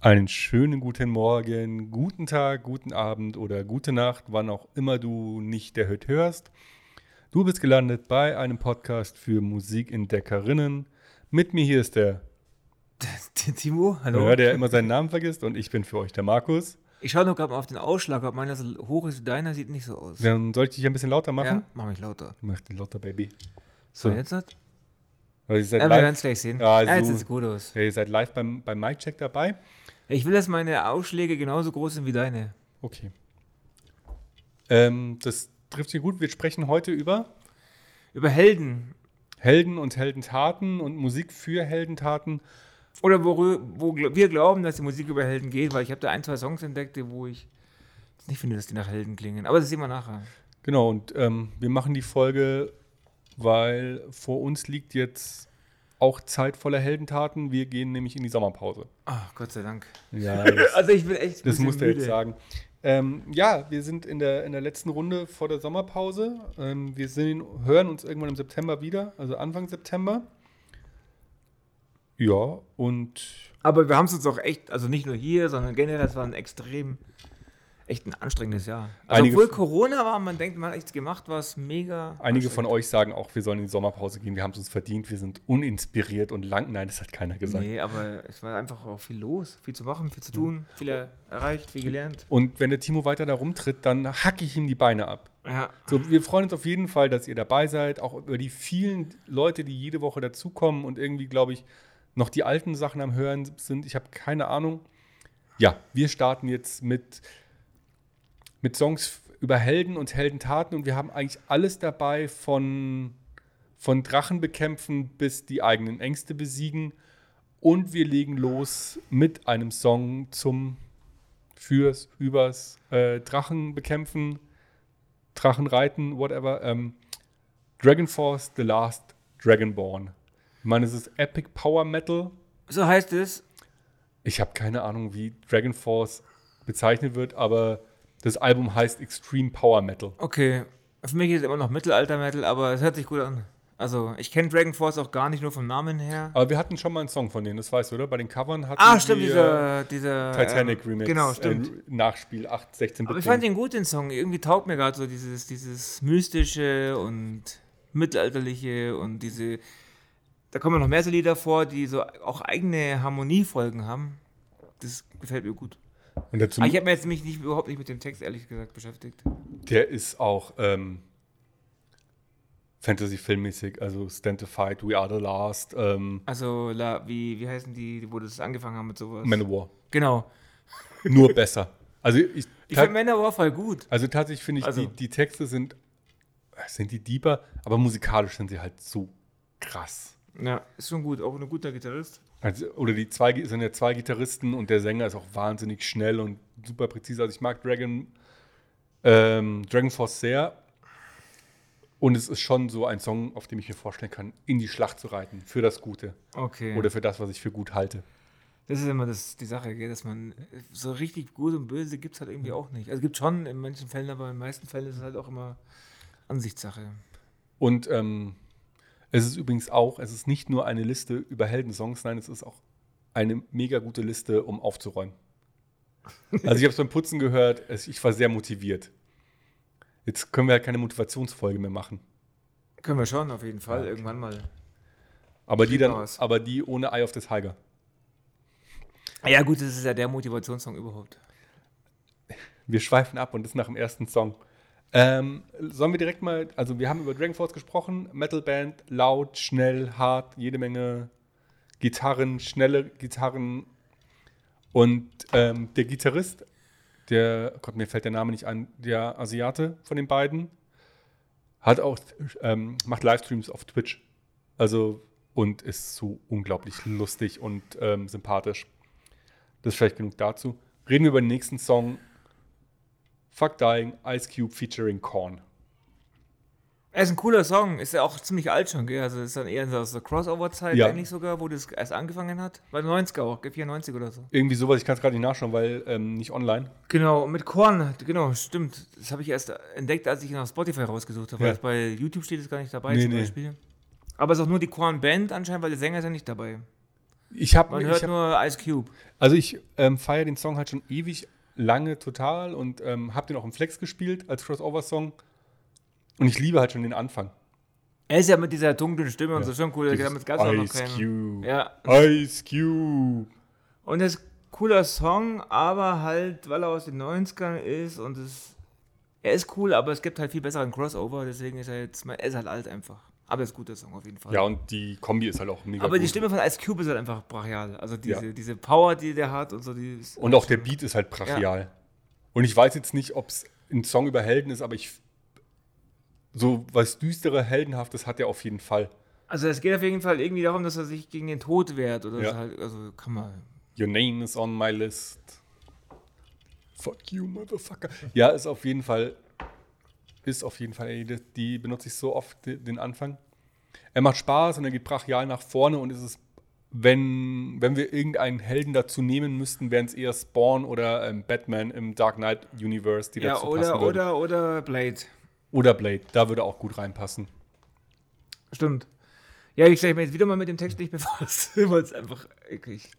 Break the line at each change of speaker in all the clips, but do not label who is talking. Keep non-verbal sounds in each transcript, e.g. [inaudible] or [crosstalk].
Einen schönen guten Morgen, guten Tag, guten Abend oder gute Nacht, wann auch immer du nicht der Hüt hörst. Du bist gelandet bei einem Podcast für Musikentdeckerinnen. Mit mir hier ist der
Timo, hallo.
Hör, der immer seinen Namen vergisst und ich bin für euch der Markus.
Ich schaue nur gerade mal auf den Ausschlag, ob meiner so hoch ist. Deiner sieht nicht so aus.
Dann soll ich dich ein bisschen lauter
Ja,
machen?
mach mich lauter.
Mach dich lauter, Baby.
So,
So.
jetzt hat.
Weil ihr seid
Ja, wir werden es
live,
gleich sehen.
Ja,
jetzt
so.
sieht es gut aus.
ja, ihr seid live beim, beim Mic-Check dabei.
Ich will, dass meine Ausschläge genauso groß sind wie deine.
Okay. Ähm, das trifft sich gut. Wir sprechen heute über
Über Helden.
Helden und Heldentaten und Musik für Heldentaten.
Oder worü- wo gl- wir glauben, dass die Musik über Helden geht, weil ich habe da ein, zwei Songs entdeckt, die- wo ich jetzt nicht finde, dass die nach Helden klingen. Aber das sehen wir nachher.
Genau, und ähm, wir machen die Folge, weil vor uns liegt jetzt auch Zeit voller Heldentaten. Wir gehen nämlich in die Sommerpause.
Ach, Gott sei Dank.
Ja,
[laughs] Also ich bin echt. ein
[laughs] das
bisschen
musst du jetzt
müde.
sagen. Ähm, ja, wir sind in der, in der letzten Runde vor der Sommerpause. Ähm, wir sehen, hören uns irgendwann im September wieder, also Anfang September. Ja, und
Aber wir haben es uns auch echt, also nicht nur hier, sondern generell, das war ein extrem, echt ein anstrengendes Jahr. Also
Einige-
obwohl Corona war, man denkt, man hat nichts gemacht, war es mega.
Einige von
anstrengend.
euch sagen auch, wir sollen in die Sommerpause gehen, wir haben es uns verdient, wir sind uninspiriert und lang. Nein, das hat keiner gesagt.
Nee, aber es war einfach auch viel los, viel zu machen, viel zu
Mhm.
tun, viel erreicht, viel gelernt.
Und wenn der Timo weiter da rumtritt, dann hacke ich ihm die Beine ab.
Ja.
So, wir freuen uns auf jeden Fall, dass ihr dabei seid, auch über die vielen Leute, die jede Woche dazukommen und irgendwie, glaube ich, noch die alten Sachen am Hören sind. Ich habe keine Ahnung. Ja, wir starten jetzt mit, mit Songs über Helden und Heldentaten und wir haben eigentlich alles dabei von, von Drachen bekämpfen bis die eigenen Ängste besiegen. Und wir legen los mit einem Song zum fürs, übers äh, Drachen bekämpfen. Drachen reiten, whatever. Ähm, Dragon Force The Last Dragonborn. Ich meine, es ist Epic Power Metal.
So heißt es.
Ich habe keine Ahnung, wie Dragon Force bezeichnet wird, aber das Album heißt Extreme Power Metal.
Okay. Für mich ist es immer noch Mittelalter-Metal, aber es hört sich gut an. Also, ich kenne Dragon Force auch gar nicht nur vom Namen her.
Aber wir hatten schon mal einen Song von denen, das weißt du, oder? Bei den Covern hatten
Ah, stimmt,
wir
dieser, dieser
Titanic
ähm,
Remix.
Genau, stimmt.
Äh, Nachspiel 8, 16
Aber ich fand den gut, den Song. Irgendwie taugt mir gerade so dieses, dieses mystische und mittelalterliche und diese. Da kommen noch mehr so Lieder vor, die so auch eigene Harmoniefolgen haben. Das gefällt mir gut.
Und dazu,
Aber Ah, ich habe mir jetzt mich nicht, überhaupt nicht mit dem Text ehrlich gesagt beschäftigt.
der ist auch ähm, Fantasy-filmmäßig, also Stand the Fight, We Are the Last, ähm,
Also, la, wie, wie heißen die, wo das angefangen haben mit sowas?
Manowar.
Genau.
Nur besser. Also ich,
Ich finde Manowar voll gut.
Also tatsächlich finde ich,
Also-
die, die Texte sind, sind die deeper, aber musikalisch sind sie halt so krass.
Ja, ist schon gut. Auch ein guter Gitarrist.
Also, oder die zwei es sind ja zwei Gitarristen und der Sänger ist auch wahnsinnig schnell und super präzise. Also ich mag Dragon, ähm, Dragon Force sehr. Und es ist schon so ein Song, auf dem ich mir vorstellen kann, in die Schlacht zu reiten. Für das Gute.
Okay.
Oder für das, was ich für gut halte.
Das ist immer das, die Sache, gell? dass man äh, so richtig gut und böse gibt es halt irgendwie auch nicht. Also gibt schon in manchen Fällen, aber in den meisten Fällen ist es halt auch immer Ansichtssache.
Und ähm, es ist übrigens auch, es ist nicht nur eine Liste über Heldensongs, nein, es ist auch eine mega gute Liste, um aufzuräumen. Also ich habe es beim Putzen gehört, es, ich war sehr motiviert. Jetzt können wir halt keine Motivationsfolge mehr machen.
Können wir schon, auf jeden Fall, irgendwann mal.
Aber die
Geht
dann,
raus.
aber die ohne Eye of the Tiger.
Ja, gut, das ist ja der Motivationssong überhaupt.
Wir schweifen ab und das nach dem ersten Song. Ähm, sollen wir direkt mal, also wir haben über Dragon Force gesprochen, Metalband, laut, schnell, hart, jede Menge Gitarren, schnelle Gitarren und ähm, der Gitarrist, der, oh Gott, mir fällt der Name nicht an, der Asiate von den beiden, hat auch, ähm, macht Livestreams auf Twitch, also und ist so unglaublich lustig und ähm, sympathisch. Das ist vielleicht genug dazu. Reden wir über den nächsten Song, Fuck Dying, Ice Cube featuring Korn.
Er ist ein cooler Song, ist ja auch ziemlich alt schon, gell? Also ist dann eher so aus der Crossover-Zeit
Ja.
eigentlich sogar, wo das erst angefangen hat. Bei 90er auch, gell? 94 oder so.
Irgendwie sowas, ich kann es gerade nicht nachschauen, weil ähm, nicht online.
Genau, und mit Korn, genau, stimmt. Das habe ich erst entdeckt, als ich ihn auf Spotify rausgesucht habe.
Ja.
weil es Bei YouTube steht es gar nicht dabei
Nee,
zum
nee.
Beispiel. Aber es ist auch nur die Korn-Band anscheinend, weil der Sänger ist ja nicht dabei.
Ich habe
Man hört nur Ice Cube.
Also ich ähm, feiere den Song halt schon ewig lange total und ähm, habe den auch im Flex gespielt als Crossover-Song. Und ich liebe halt schon den Anfang.
Er ist ja mit dieser dunklen Stimme und so schon cool.
Dieses
Damit gab's auch noch
Ice
keinen.
Cube.
Ja.
Ice Cube.
Und das ist ein cooler Song, aber halt, weil er aus den 90ern ist und es. Er ist cool, aber es gibt halt viel besseren Crossover, deswegen ist er jetzt. Er ist halt alt einfach. Aber er ist ein guter Song auf jeden Fall.
Ja, und die Kombi ist halt auch mega
aber die
gut.
Stimme von Ice Cube ist halt einfach brachial. Also diese,
Ja.
diese Power, die der hat und so. Die ist-
Und auch der Beat ist halt brachial. Und ich weiß jetzt nicht, ob es ein Song über Helden ist, aber ich. So was düstere, heldenhaftes hat er auf jeden Fall.
Also es geht auf jeden Fall irgendwie darum, dass er sich gegen den Tod wehrt. Oder
Ja.
so halt, also kann man.
Your name is on my list. Fuck you, motherfucker. Ja, ist auf jeden Fall. Ist auf jeden Fall. Ey, die, die benutze ich so oft, de- den Anfang. Er macht Spaß und er geht brachial nach vorne und es ist, wenn, wenn wir irgendeinen Helden dazu nehmen müssten, wären es eher Spawn oder ähm, Batman im Dark Knight Universe, die
Ja,
dazu passen
oder,
würden.
oder, oder Blade.
Oder Blade, da würde auch gut reinpassen.
Stimmt. Ja, ich habe mich jetzt wieder mal mit dem Text nicht [laughs] befasst, weil es einfach. Ich,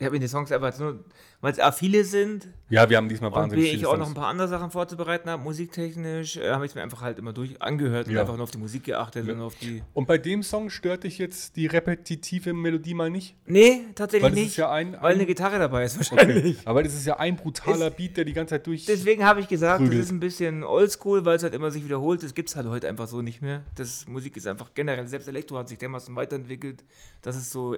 ich habe mir die Songs einfach jetzt nur, weil es A viele sind
Ja, wir haben diesmal
und
wahnsinnig
B,
viel
ich auch noch ein
Songs.
paar andere Sachen vorzubereiten habe, musiktechnisch, äh, habe ich es mir einfach halt immer durch angehört und
Ja.
einfach nur auf die Musik geachtet und auf die.
Und bei dem Song stört dich jetzt die repetitive Melodie mal nicht?
Nee, tatsächlich
Weil das ist
nicht.
ja ein-
weil
ein-
eine Gitarre dabei ist wahrscheinlich.
Okay. Aber das ist ja ein brutaler Beat, der die ganze Zeit durch.
Deswegen habe ich gesagt,
Prügelt.
das ist ein bisschen oldschool, weil es halt immer sich wiederholt. Das gibt es halt heute einfach so nicht mehr. Das Musik ist einfach generell, selbst Elektro hat sich dermaßen weiterentwickelt, dass es so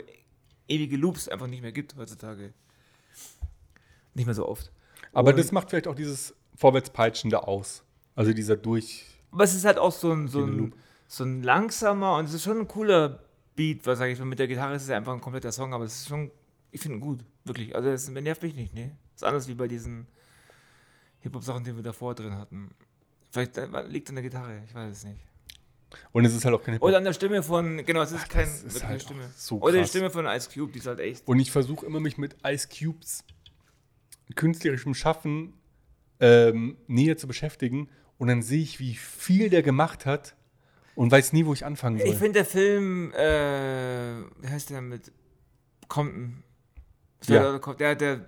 ewige Loops einfach nicht mehr gibt heutzutage. Nicht mehr so oft.
Aber das macht vielleicht auch dieses Vorwärtspeitschen da aus. Also dieser durch.
Aber es ist halt auch so ein, so
Viele
ein,
Loop.
so ein langsamer und es ist schon ein cooler Beat, was sage ich mal. Mit der Gitarre ist es ja einfach ein kompletter Song, aber es ist schon, ich finde ihn gut, wirklich. Also es nervt mich nicht, ne? Ist anders wie bei diesen Hip-Hop-Sachen, die wir davor drin hatten. Vielleicht äh, liegt es an der Gitarre, ich weiß es nicht.
Und es ist halt auch keine.
Oder an der Stimme von, genau, es ist kein,
das ist
wirklich
halt
eine
auch
Stimme.
so
Oder die
krass.
Stimme von Ice Cube, die ist halt echt.
Und ich versuche immer, mich mit Ice Cubes künstlerischem Schaffen ähm, näher zu beschäftigen. Und dann sehe ich, wie viel der gemacht hat und weiß nie, wo ich anfangen soll.
Ich finde der Film, äh, wie heißt der mit Compton?
Ja.
Der, der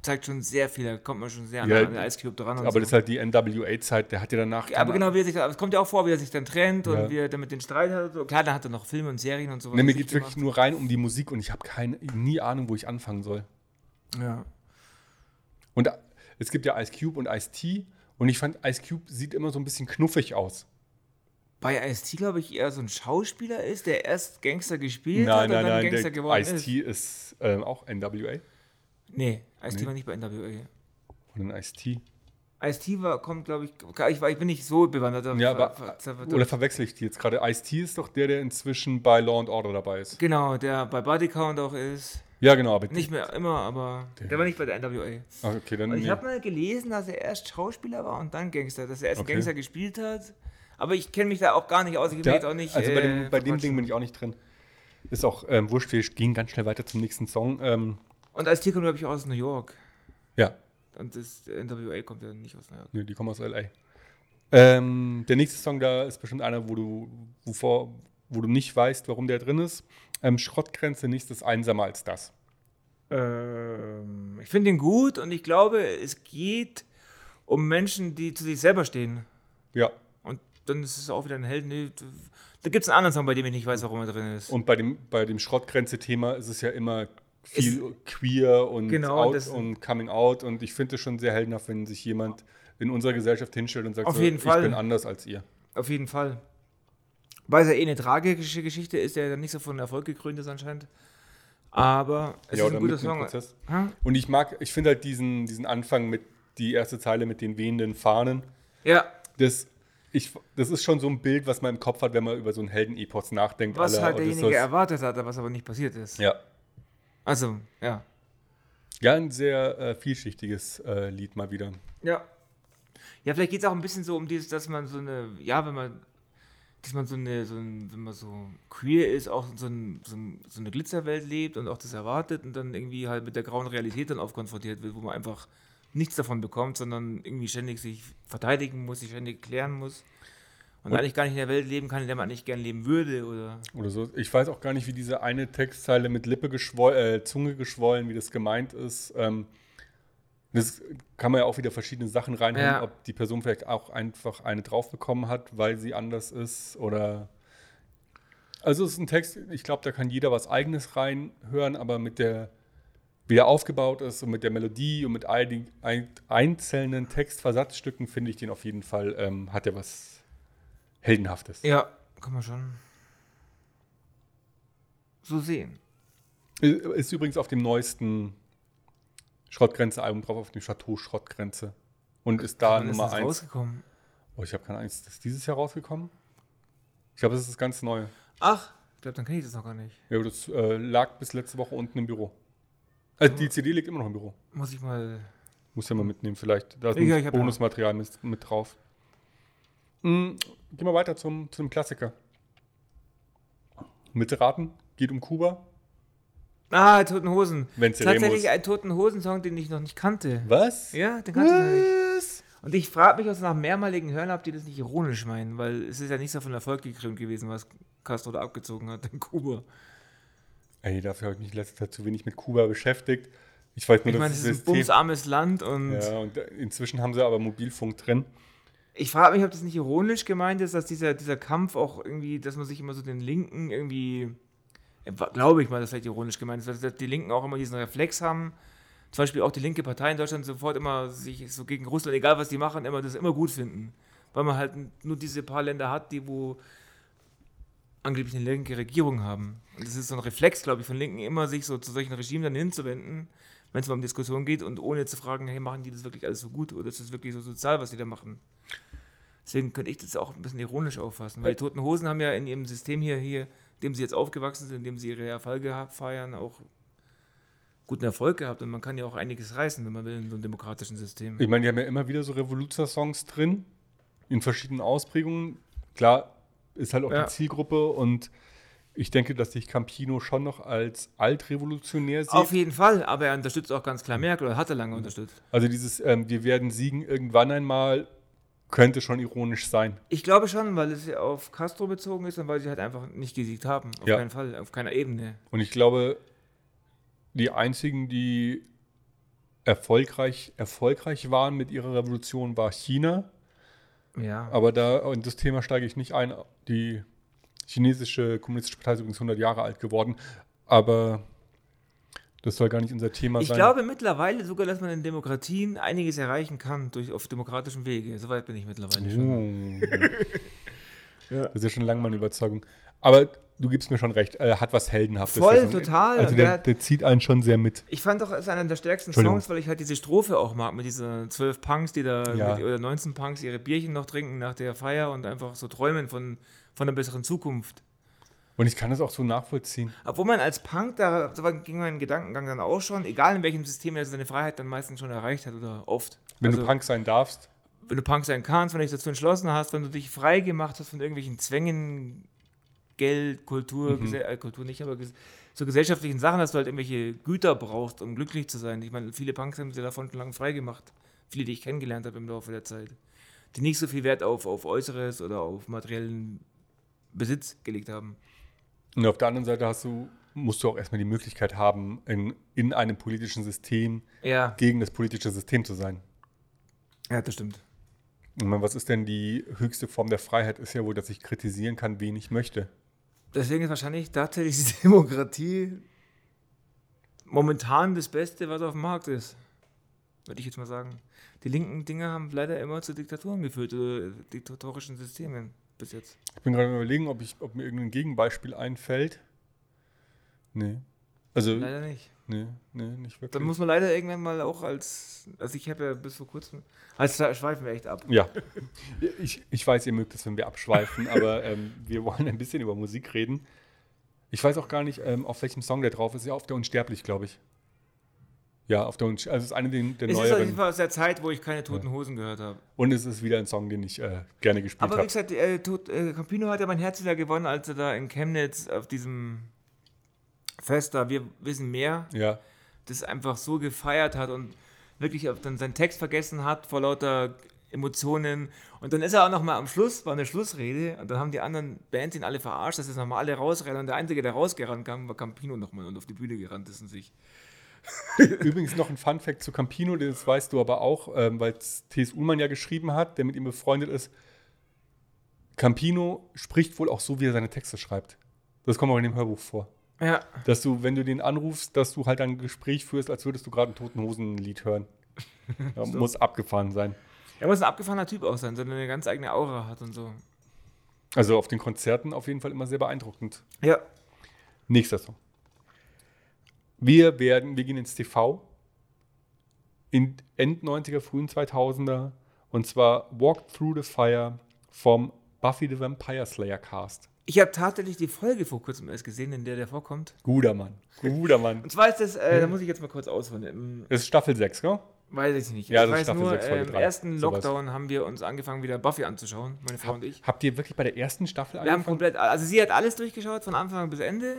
zeigt schon sehr viel, da kommt man schon sehr
Ja,
an den Ice Cube dran. und
aber
so.
das ist halt die NWA-Zeit, der hat ja danach.
Aber genau, wie er sich, aber es kommt ja auch vor, wie er sich dann trennt und
Ja.
wie er damit den Streit hat. und So. Klar, da hat er noch Filme und Serien und so.
Nee,
was
mir
sich
geht es wirklich nur rein um die Musik und ich habe keine, nie Ahnung, wo ich anfangen soll.
gemacht. Ja.
Und es gibt ja Ice Cube und Ice T. Und ich fand, Ice Cube sieht immer so ein bisschen knuffig aus.
Bei Ice-T, glaube ich, eher so ein Schauspieler ist, der erst Gangster gespielt hat
nein,
und
nein,
dann
nein. Der
Gangster geworden
Ice-T ist, ähm, auch NWA.
ist. Nee, Ice-T
Nee.
war nicht bei NWA.
Und ein Ice-T.
Ice-T war, kommt, glaube ich, ich, war- ich bin nicht so bewandert.
Ja,
ver-
aber. äh,
ver- ver-
oder verwechsel ich die jetzt gerade? Ice-T ist doch der, der inzwischen bei Law and Order dabei ist.
genau, der bei Bodycount auch ist.
Ja, genau. Aber
Nicht mehr immer, aber der, war nicht bei der NWA.
Ach, okay, dann.
Und ich
nee.
habe mal gelesen, dass er erst Schauspieler war und dann Gangster, dass er erst
Okay.
Gangster gespielt hat. Aber ich kenne mich da auch gar nicht aus. Ich will
Da,
jetzt auch nicht.
also bei dem,
äh,
bei dem
verquatschen.
Ding bin ich auch nicht drin. Ist auch ähm, wurscht, wir gehen ganz schnell weiter zum nächsten Song. Ähm,
Und als Tier kommt, glaube ich, auch aus New York.
ja,
Und das NWA kommt ja nicht aus New York.
nee, die kommen aus L.A. Ähm, der nächste Song da ist bestimmt einer, wo du, wovor, wo du nicht weißt, warum der drin ist. Ähm, Schrottgrenze, nächstes einsamer als das.
Ähm, ich finde ihn gut und ich glaube, es geht um Menschen, die zu sich selber stehen.
Ja,
Und dann ist es auch wieder ein Held. Nee, d- da gibt es einen anderen Song, bei dem ich nicht weiß, warum er drin ist.
Und bei dem, bei dem Schrottgrenze-Thema ist es ja immer viel
Es-
queer und
Genau, das-
out und coming out. Und ich finde es schon sehr heldenhaft, wenn sich jemand in unserer Gesellschaft hinstellt und sagt,
Auf
so,
jeden
ich
Fall.
bin anders als ihr.
Auf jeden Fall. Weil es ja eh eine tragische Geschichte ist, der dann nicht so von Erfolg gekrönt ist anscheinend. Aber es
Ja,
ist
oder
ein guter
mitten im
Song. Hm?
Prozess.
Hä?
Und ich mag, ich finde halt diesen, diesen Anfang mit die erste Zeile mit den wehenden Fahnen.
Ja,
Das, ich, das ist schon so ein Bild, was man im Kopf hat, wenn man über so einen Helden-Epos nachdenkt.
was
à la
halt derjenige
Odysseus.
erwartet hat, was aber nicht passiert ist.
Ja.
Also, ja.
Ja, ein sehr äh, vielschichtiges äh, Lied mal wieder.
Ja. Ja, vielleicht geht es auch ein bisschen so um dieses, dass man so eine, ja, wenn man, dass man so eine, so ein, wenn man so queer ist, auch so, ein, so, ein, so eine Glitzerwelt lebt und auch das erwartet und dann irgendwie halt mit der grauen Realität dann oft konfrontiert wird, wo man einfach nichts davon bekommt, sondern irgendwie ständig sich verteidigen muss, sich ständig klären muss. Und, weil ich gar nicht in der Welt leben kann, in der man nicht gern leben würde, oder?
Oder so. Ich weiß auch gar nicht, wie diese eine Textzeile mit Lippe geschwoll, äh, Zunge geschwollen, wie das gemeint ist. Ähm, das kann man ja auch wieder verschiedene Sachen reinhören,
Ja.
ob die Person vielleicht auch einfach eine drauf bekommen hat, weil sie anders ist oder. Also es ist ein Text, ich glaube, da kann jeder was eigenes reinhören, aber mit der, wie der aufgebaut ist und mit der Melodie und mit all den ein, einzelnen Textversatzstücken finde ich den auf jeden Fall, ähm, hat er was Heldenhaftes.
Ja, kann man schon so sehen.
Ist übrigens auf dem neuesten Schrottgrenze-Album drauf, auf dem Chateau Schrottgrenze. Und ist da
Wann ist
Nummer
das
1.
rausgekommen?
Oh, ich habe keine Ahnung. Ist das dieses Jahr rausgekommen? Ich glaube, das ist ganz neu.
Ach, ich glaube, dann kenne ich das noch gar nicht.
Ja, das äh, lag bis letzte Woche unten im Büro. Also
Mhm.
die CD liegt immer noch im Büro.
Muss ich mal.
Muss ja mal mitnehmen vielleicht. Da ist
Ja,
ein
ich hab ja noch.
Bonusmaterial mit, mit drauf. Mm, gehen wir weiter zum, zum Klassiker. Mitraten geht um Kuba.
Ah, Toten Hosen.
Wenn's dir
Tatsächlich
weh muss.
ein Toten Hosen-Song, den ich noch nicht kannte.
Was?
Ja, den kannte ich noch nicht.
Was?
Und ich frage mich aus nach mehrmaligen Hören, ob die das nicht ironisch meinen, weil es ist ja nicht so von Erfolg gekrönt gewesen, was Castro da abgezogen hat in Kuba.
Ey, dafür habe ich mich in letzter Zeit zu wenig mit Kuba beschäftigt. Ich weiß nur,
Ich meine,
dass
es
das
ist ein
System-
bumsarmes Land und
Ja, und inzwischen haben sie aber Mobilfunk drin.
ich frage mich, ob das nicht ironisch gemeint ist, dass dieser, dieser Kampf auch irgendwie, dass man sich immer so den Linken irgendwie, äh, glaube ich mal, dass vielleicht ironisch gemeint ist, dass die Linken auch immer diesen Reflex haben. Zum Beispiel auch die linke Partei in Deutschland sofort immer sich so gegen Russland, egal was die machen, immer das immer gut finden. Weil man halt nur diese paar Länder hat, die wo angeblich eine linke Regierung haben. Und das ist so ein Reflex, glaube ich, von Linken, immer sich so zu solchen Regimen dann hinzuwenden, wenn es mal um Diskussion geht und ohne zu fragen, hey, machen die das wirklich alles so gut oder ist das wirklich so sozial, was die da machen? Deswegen könnte ich das auch ein bisschen ironisch auffassen, weil die Toten Hosen haben ja in ihrem System hier, hier in dem sie jetzt aufgewachsen sind, in dem sie ihre Erfolge ha- feiern, auch guten Erfolg gehabt und man kann ja auch einiges reißen, wenn man will, in so einem demokratischen System.
Ich meine, die haben ja immer wieder so Revoluzer-Songs drin, in verschiedenen Ausprägungen. Klar, ist halt auch
Ja.
die Zielgruppe und ich denke, dass sich Campino schon noch als altrevolutionär
Auf
sieht.
jeden Fall, aber er unterstützt auch ganz klar Merkel oder hat er lange unterstützt.
Also dieses ähm, Wir werden siegen irgendwann einmal könnte schon ironisch sein.
Ich glaube schon, weil es ja auf Castro bezogen ist und weil sie halt einfach nicht gesiegt haben. Auf
Ja.
keinen Fall, auf keiner Ebene.
Und ich glaube, die einzigen, die erfolgreich, erfolgreich waren mit ihrer Revolution, war China.
Ja.
Aber da in das Thema steige ich nicht ein. Die chinesische kommunistische Partei ist übrigens 100 Jahre alt geworden, aber das soll gar nicht unser Thema
ich
sein. [laughs]
glaube mittlerweile sogar, dass man in Demokratien einiges erreichen kann durch, auf demokratischem Wege. Soweit bin ich mittlerweile schon.
Oh. Das ist ja schon lange meine Überzeugung. Aber du gibst mir schon recht, äh, hat was Heldenhaftes.
Voll,
der Song.
total.
Also
Und
der,
der-
der zieht einen schon sehr mit.
Ich fand doch, es ist einer der stärksten
Entschuldigung.
Songs, weil ich halt diese Strophe auch mag, mit diesen zwölf Punks, die da,
Ja.
mit, oder 19 Punks ihre Bierchen noch trinken nach der Feier und einfach so träumen von, von einer besseren Zukunft.
Und ich kann das auch so nachvollziehen.
Obwohl man als Punk, da da ging mein Gedankengang dann auch schon, egal in welchem System er seine Freiheit dann meistens schon erreicht hat oder oft.
Wenn
Also-
du Punk sein darfst,
wenn du Punk sein kannst, wenn du dich dazu entschlossen hast, wenn du dich frei gemacht hast von irgendwelchen Zwängen, Geld, Kultur, Gese äh, Kultur nicht, aber ges so gesellschaftlichen Sachen, dass du halt irgendwelche Güter brauchst, um glücklich zu sein. Ich meine, viele Punks haben sich davon schon lange frei gemacht. Viele, die ich kennengelernt habe im Laufe der Zeit. Die nicht so viel Wert auf, auf Äußeres oder auf materiellen Besitz gelegt haben.
Und auf der anderen Seite hast du, musst du auch erstmal die Möglichkeit haben, in, in einem politischen System
Ja,
gegen das politische System zu sein.
ja das stimmt.
Ich meine, was ist denn die höchste Form der Freiheit? Ist ja wohl, dass ich kritisieren kann, wen ich möchte.
Deswegen ist wahrscheinlich tatsächlich die [laughs] Demokratie momentan das Beste, was auf dem Markt ist. Würde ich jetzt mal sagen. Die linken Dinge haben leider immer zu Diktaturen geführt, oder diktatorischen Systemen bis jetzt.
Ich bin gerade am überlegen, ob, ich, ob mir irgendein Gegenbeispiel einfällt. Nee. Also,
Leider nicht.
nee, nee, nicht wirklich.
Dann muss man leider irgendwann mal auch als, also ich habe ja bis vor kurzem, als da schweifen wir echt ab.
ja. [laughs] Ich, ich weiß, ihr mögt es, wenn wir abschweifen, aber ähm, wir wollen ein bisschen über Musik reden. Ich weiß auch gar nicht, ähm, auf welchem Song der drauf ist. Ja, auf der Unsterblich, glaube ich. Ja, auf der Unsterblich. Also, es ist eine der, der
Es ist auf jeden
neueren.
Fall aus der Zeit, wo ich keine Toten Hosen gehört habe.
Und es ist wieder ein Song, den ich äh, gerne gespielt
Aber wie
habe.
gesagt, äh, Tod, äh, Campino hat ja mein Herz wieder gewonnen, als er da in Chemnitz auf diesem Fest da, wir wissen mehr,
Ja.
das einfach so gefeiert hat und wirklich auch dann seinen Text vergessen hat vor lauter Emotionen. Und dann ist er auch nochmal am Schluss, war eine Schlussrede, und dann haben die anderen Bands ihn alle verarscht, dass sie nochmal alle rausrennen. Und der Einzige, der rausgerannt kam, war Campino nochmal und auf die Bühne gerannt ist und sich.
Übrigens noch ein Funfact zu Campino, das weißt du aber auch, ähm, weil T.S. Ullmann ja geschrieben hat, der mit ihm befreundet ist. Campino spricht wohl auch so, wie er seine Texte schreibt. Das kommt auch in dem Hörbuch vor.
Ja,
Dass du, wenn du den anrufst, dass du halt ein Gespräch führst, als würdest du gerade ein Toten Hosen-Lied
[laughs]
hören. Ja, Muss abgefahren sein.
er muss ein abgefahrener Typ auch sein, der eine ganz eigene Aura hat und so.
Also auf den Konzerten auf jeden Fall immer sehr beeindruckend.
Ja.
Nächster Song. Wir werden, wir gehen ins TV. In End 90er, frühen 2000er. Und zwar Walk Through the Fire vom Buffy the Vampire Slayer Cast.
Ich habe tatsächlich die Folge vor kurzem erst gesehen, in der der vorkommt.
Guter Mann. Guter Mann.
[laughs] Und zwar ist das,
Hm.
äh, da muss ich jetzt mal kurz ausholen. Im,
Das ist Staffel 6, gell?
weiß ich nicht.
Ja, das
ich
ist
weiß
Staffel
nur,
sechs,
äh,
Folge
im
drei.
ersten
Sowas.
Lockdown haben wir uns angefangen, wieder Buffy anzuschauen, meine Frau und ich.
Habt ihr wirklich bei der ersten Staffel
Wir haben
angefangen?
komplett, also sie hat alles durchgeschaut, von Anfang bis Ende.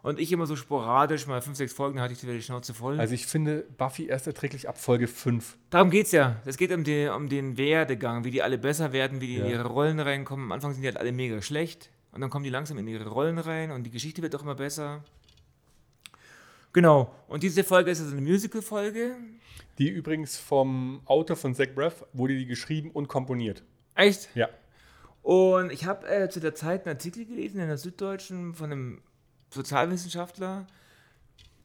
Und ich immer so sporadisch, mal fünf, sechs Folgen hatte ich wieder die Schnauze voll.
Also ich finde Buffy erst erträglich ab Folge 5.
Darum geht's ja. Es geht um den, um den Werdegang, wie die alle besser werden, wie die in
Ja.
ihre Rollen reinkommen. Am Anfang sind die halt alle mega schlecht. Und dann kommen die langsam in ihre Rollen rein und die Geschichte wird auch immer besser. Genau. Und diese Folge ist also eine Musical-Folge.
Die übrigens vom Autor von Zach Braff wurde die geschrieben und komponiert.
Echt?
Ja.
Und ich habe äh, zu der Zeit einen Artikel gelesen in der Süddeutschen von einem Sozialwissenschaftler,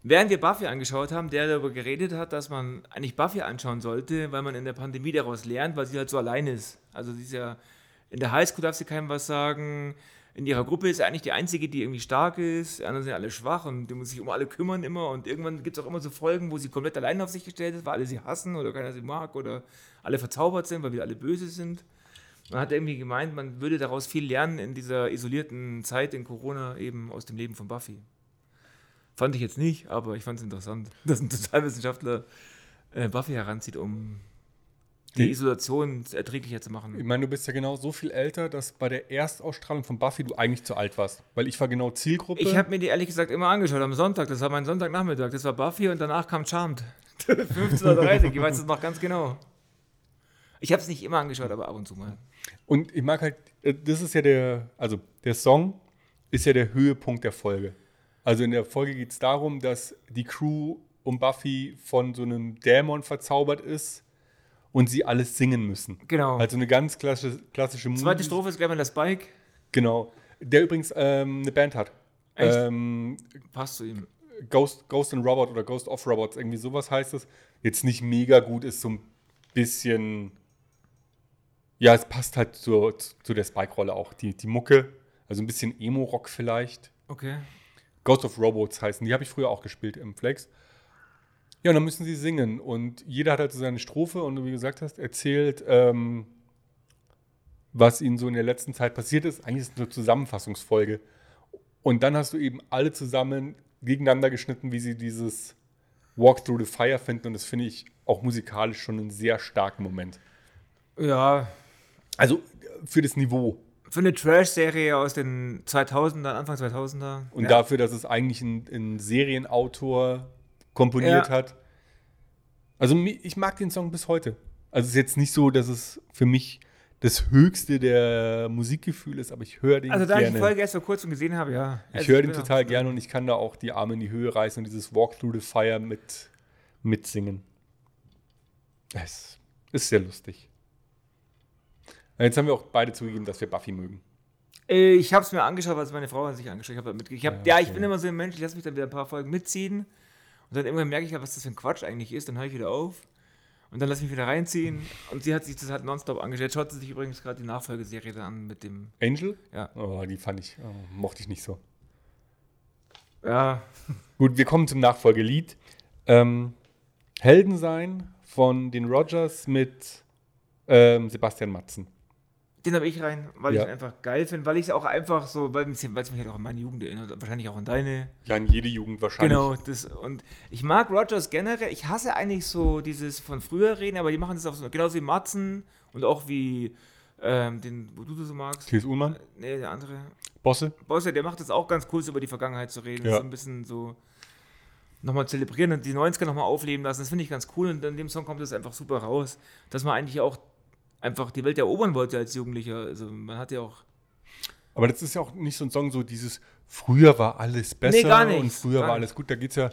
während wir Buffy angeschaut haben, der darüber geredet hat, dass man eigentlich Buffy anschauen sollte, weil man in der Pandemie daraus lernt, weil sie halt so allein ist. Also sie ist ja in der Highschool darf sie keinem was sagen. In ihrer Gruppe ist sie eigentlich die einzige, die irgendwie stark ist. Die anderen sind alle schwach und die muss sich um alle kümmern immer. Und irgendwann gibt es auch immer so Folgen, wo sie komplett allein auf sich gestellt ist, weil alle sie hassen oder keiner sie mag oder alle verzaubert sind, weil wir alle böse sind. Man hat irgendwie gemeint, man würde daraus viel lernen in dieser isolierten Zeit in Corona eben aus dem Leben von Buffy. Fand ich jetzt nicht, aber ich fand es interessant, [laughs] dass ein Sozialwissenschaftler äh, Buffy heranzieht, um die
Die-
Isolation erträglicher zu machen.
Ich meine, du bist ja genau so viel älter, dass bei der Erstausstrahlung von Buffy du eigentlich zu alt warst. Weil ich war genau Zielgruppe.
Ich habe mir die ehrlich gesagt immer angeschaut am Sonntag, das war mein Sonntagnachmittag, das war Buffy und danach kam Charmed. [laughs] 15.30 Uhr, ich weiß das noch ganz genau. Ich habe es nicht immer angeschaut, aber ab und zu mal.
und ich mag halt, äh, das ist ja der, also der Song ist ja der Höhepunkt der Folge. Also in der Folge geht es darum, dass die Crew um Buffy von so einem Dämon verzaubert ist und sie alles singen müssen.
Genau.
Also eine ganz klassische, klassische
Zweite
Musik-
Strophe ist gleich mal das Bike.
Genau. Der übrigens ähm, eine Band hat.
Echt?
Ähm,
Passt zu ihm.
Ghost, Ghost and Robot oder Ghost of Robots, irgendwie sowas heißt es. Jetzt nicht mega gut, ist so ein bisschen. Ja, es passt halt zur, zu der Spike-Rolle auch. Die, die Mucke, also ein bisschen Emo-Rock vielleicht.
Okay.
Ghost of Robots heißen, die habe ich früher auch gespielt im Flex. Ja, und dann müssen sie singen und jeder hat halt so seine Strophe und wie du gesagt hast, erzählt, ähm, was ihnen so in der letzten Zeit passiert ist. Eigentlich ist es eine Zusammenfassungsfolge. Und dann hast du eben alle zusammen gegeneinander geschnitten, wie sie dieses Walk Through the Fire finden und das finde ich auch musikalisch schon einen sehr starken Moment.
Ja,
Also für das Niveau
Für eine Trash-Serie aus den 2000ern, Anfang 2000er.
und
ja.
dafür, dass es eigentlich ein, ein Serienautor komponiert
Ja.
hat. Also mi- ich mag den Song bis heute. Also es ist jetzt nicht so, dass es für mich das höchste der Musikgefühl ist, aber ich höre den
Also, da ich
gerne.
die Folge erst vor kurzem gesehen habe, ja.
ich
Also,
höre den
bin auch-
total gerne und ich kann da auch die Arme in die Höhe reißen und dieses Walk Through the Fire mit mitsingen. Es ist sehr lustig. Jetzt haben wir auch beide zugegeben, dass wir Buffy mögen.
Äh, Ich habe es mir angeschaut, weil es meine Frau hat sich angeschaut. Ich habe mitgekriegt. Ich hab,
Ja,
ja, ich
okay.
bin immer so ein Mensch, ich lasse mich dann wieder ein paar Folgen mitziehen. Und dann irgendwann merke ich ja, was das für ein Quatsch eigentlich ist. Dann höre ich wieder auf. Und dann lasse ich mich wieder reinziehen. Und sie hat sich das halt nonstop angeschaut. Schaut sie sich übrigens gerade die Nachfolgeserie da an mit dem.
Angel?
Ja.
Oh, die fand ich, oh, mochte ich nicht so.
Ja.
Gut, wir kommen zum Nachfolgelied. Ähm, Helden sein von den Rogers mit ähm, Sebastian Matzen.
Den habe ich rein, weil
Ja.
ich ihn einfach geil finde. Weil ich es auch einfach so, weil es mich halt auch an meine Jugend erinnert. Wahrscheinlich auch an deine.
Ja, in jede Jugend wahrscheinlich.
Genau, das, und ich mag Rogers generell. Ich hasse eigentlich so dieses von früher reden, aber die machen das auf so, genauso wie Matzen und auch wie ähm, den, wo du das so magst.
Thies Ullmann,
Nee, der andere.
Äh, Bosse.
Bosse, der macht das auch ganz cool, so über die Vergangenheit zu reden.
Ja.
So ein bisschen so nochmal zelebrieren und die 90er nochmal aufleben lassen. Das finde ich ganz cool und in dem Song kommt das einfach super raus, dass man eigentlich auch einfach die Welt erobern wollte als Jugendlicher. Also man hat ja auch.
Aber das ist ja auch nicht so ein Song, so dieses früher war alles besser
gar nicht,
und früher
gar
war
nicht.
alles gut. Da geht es ja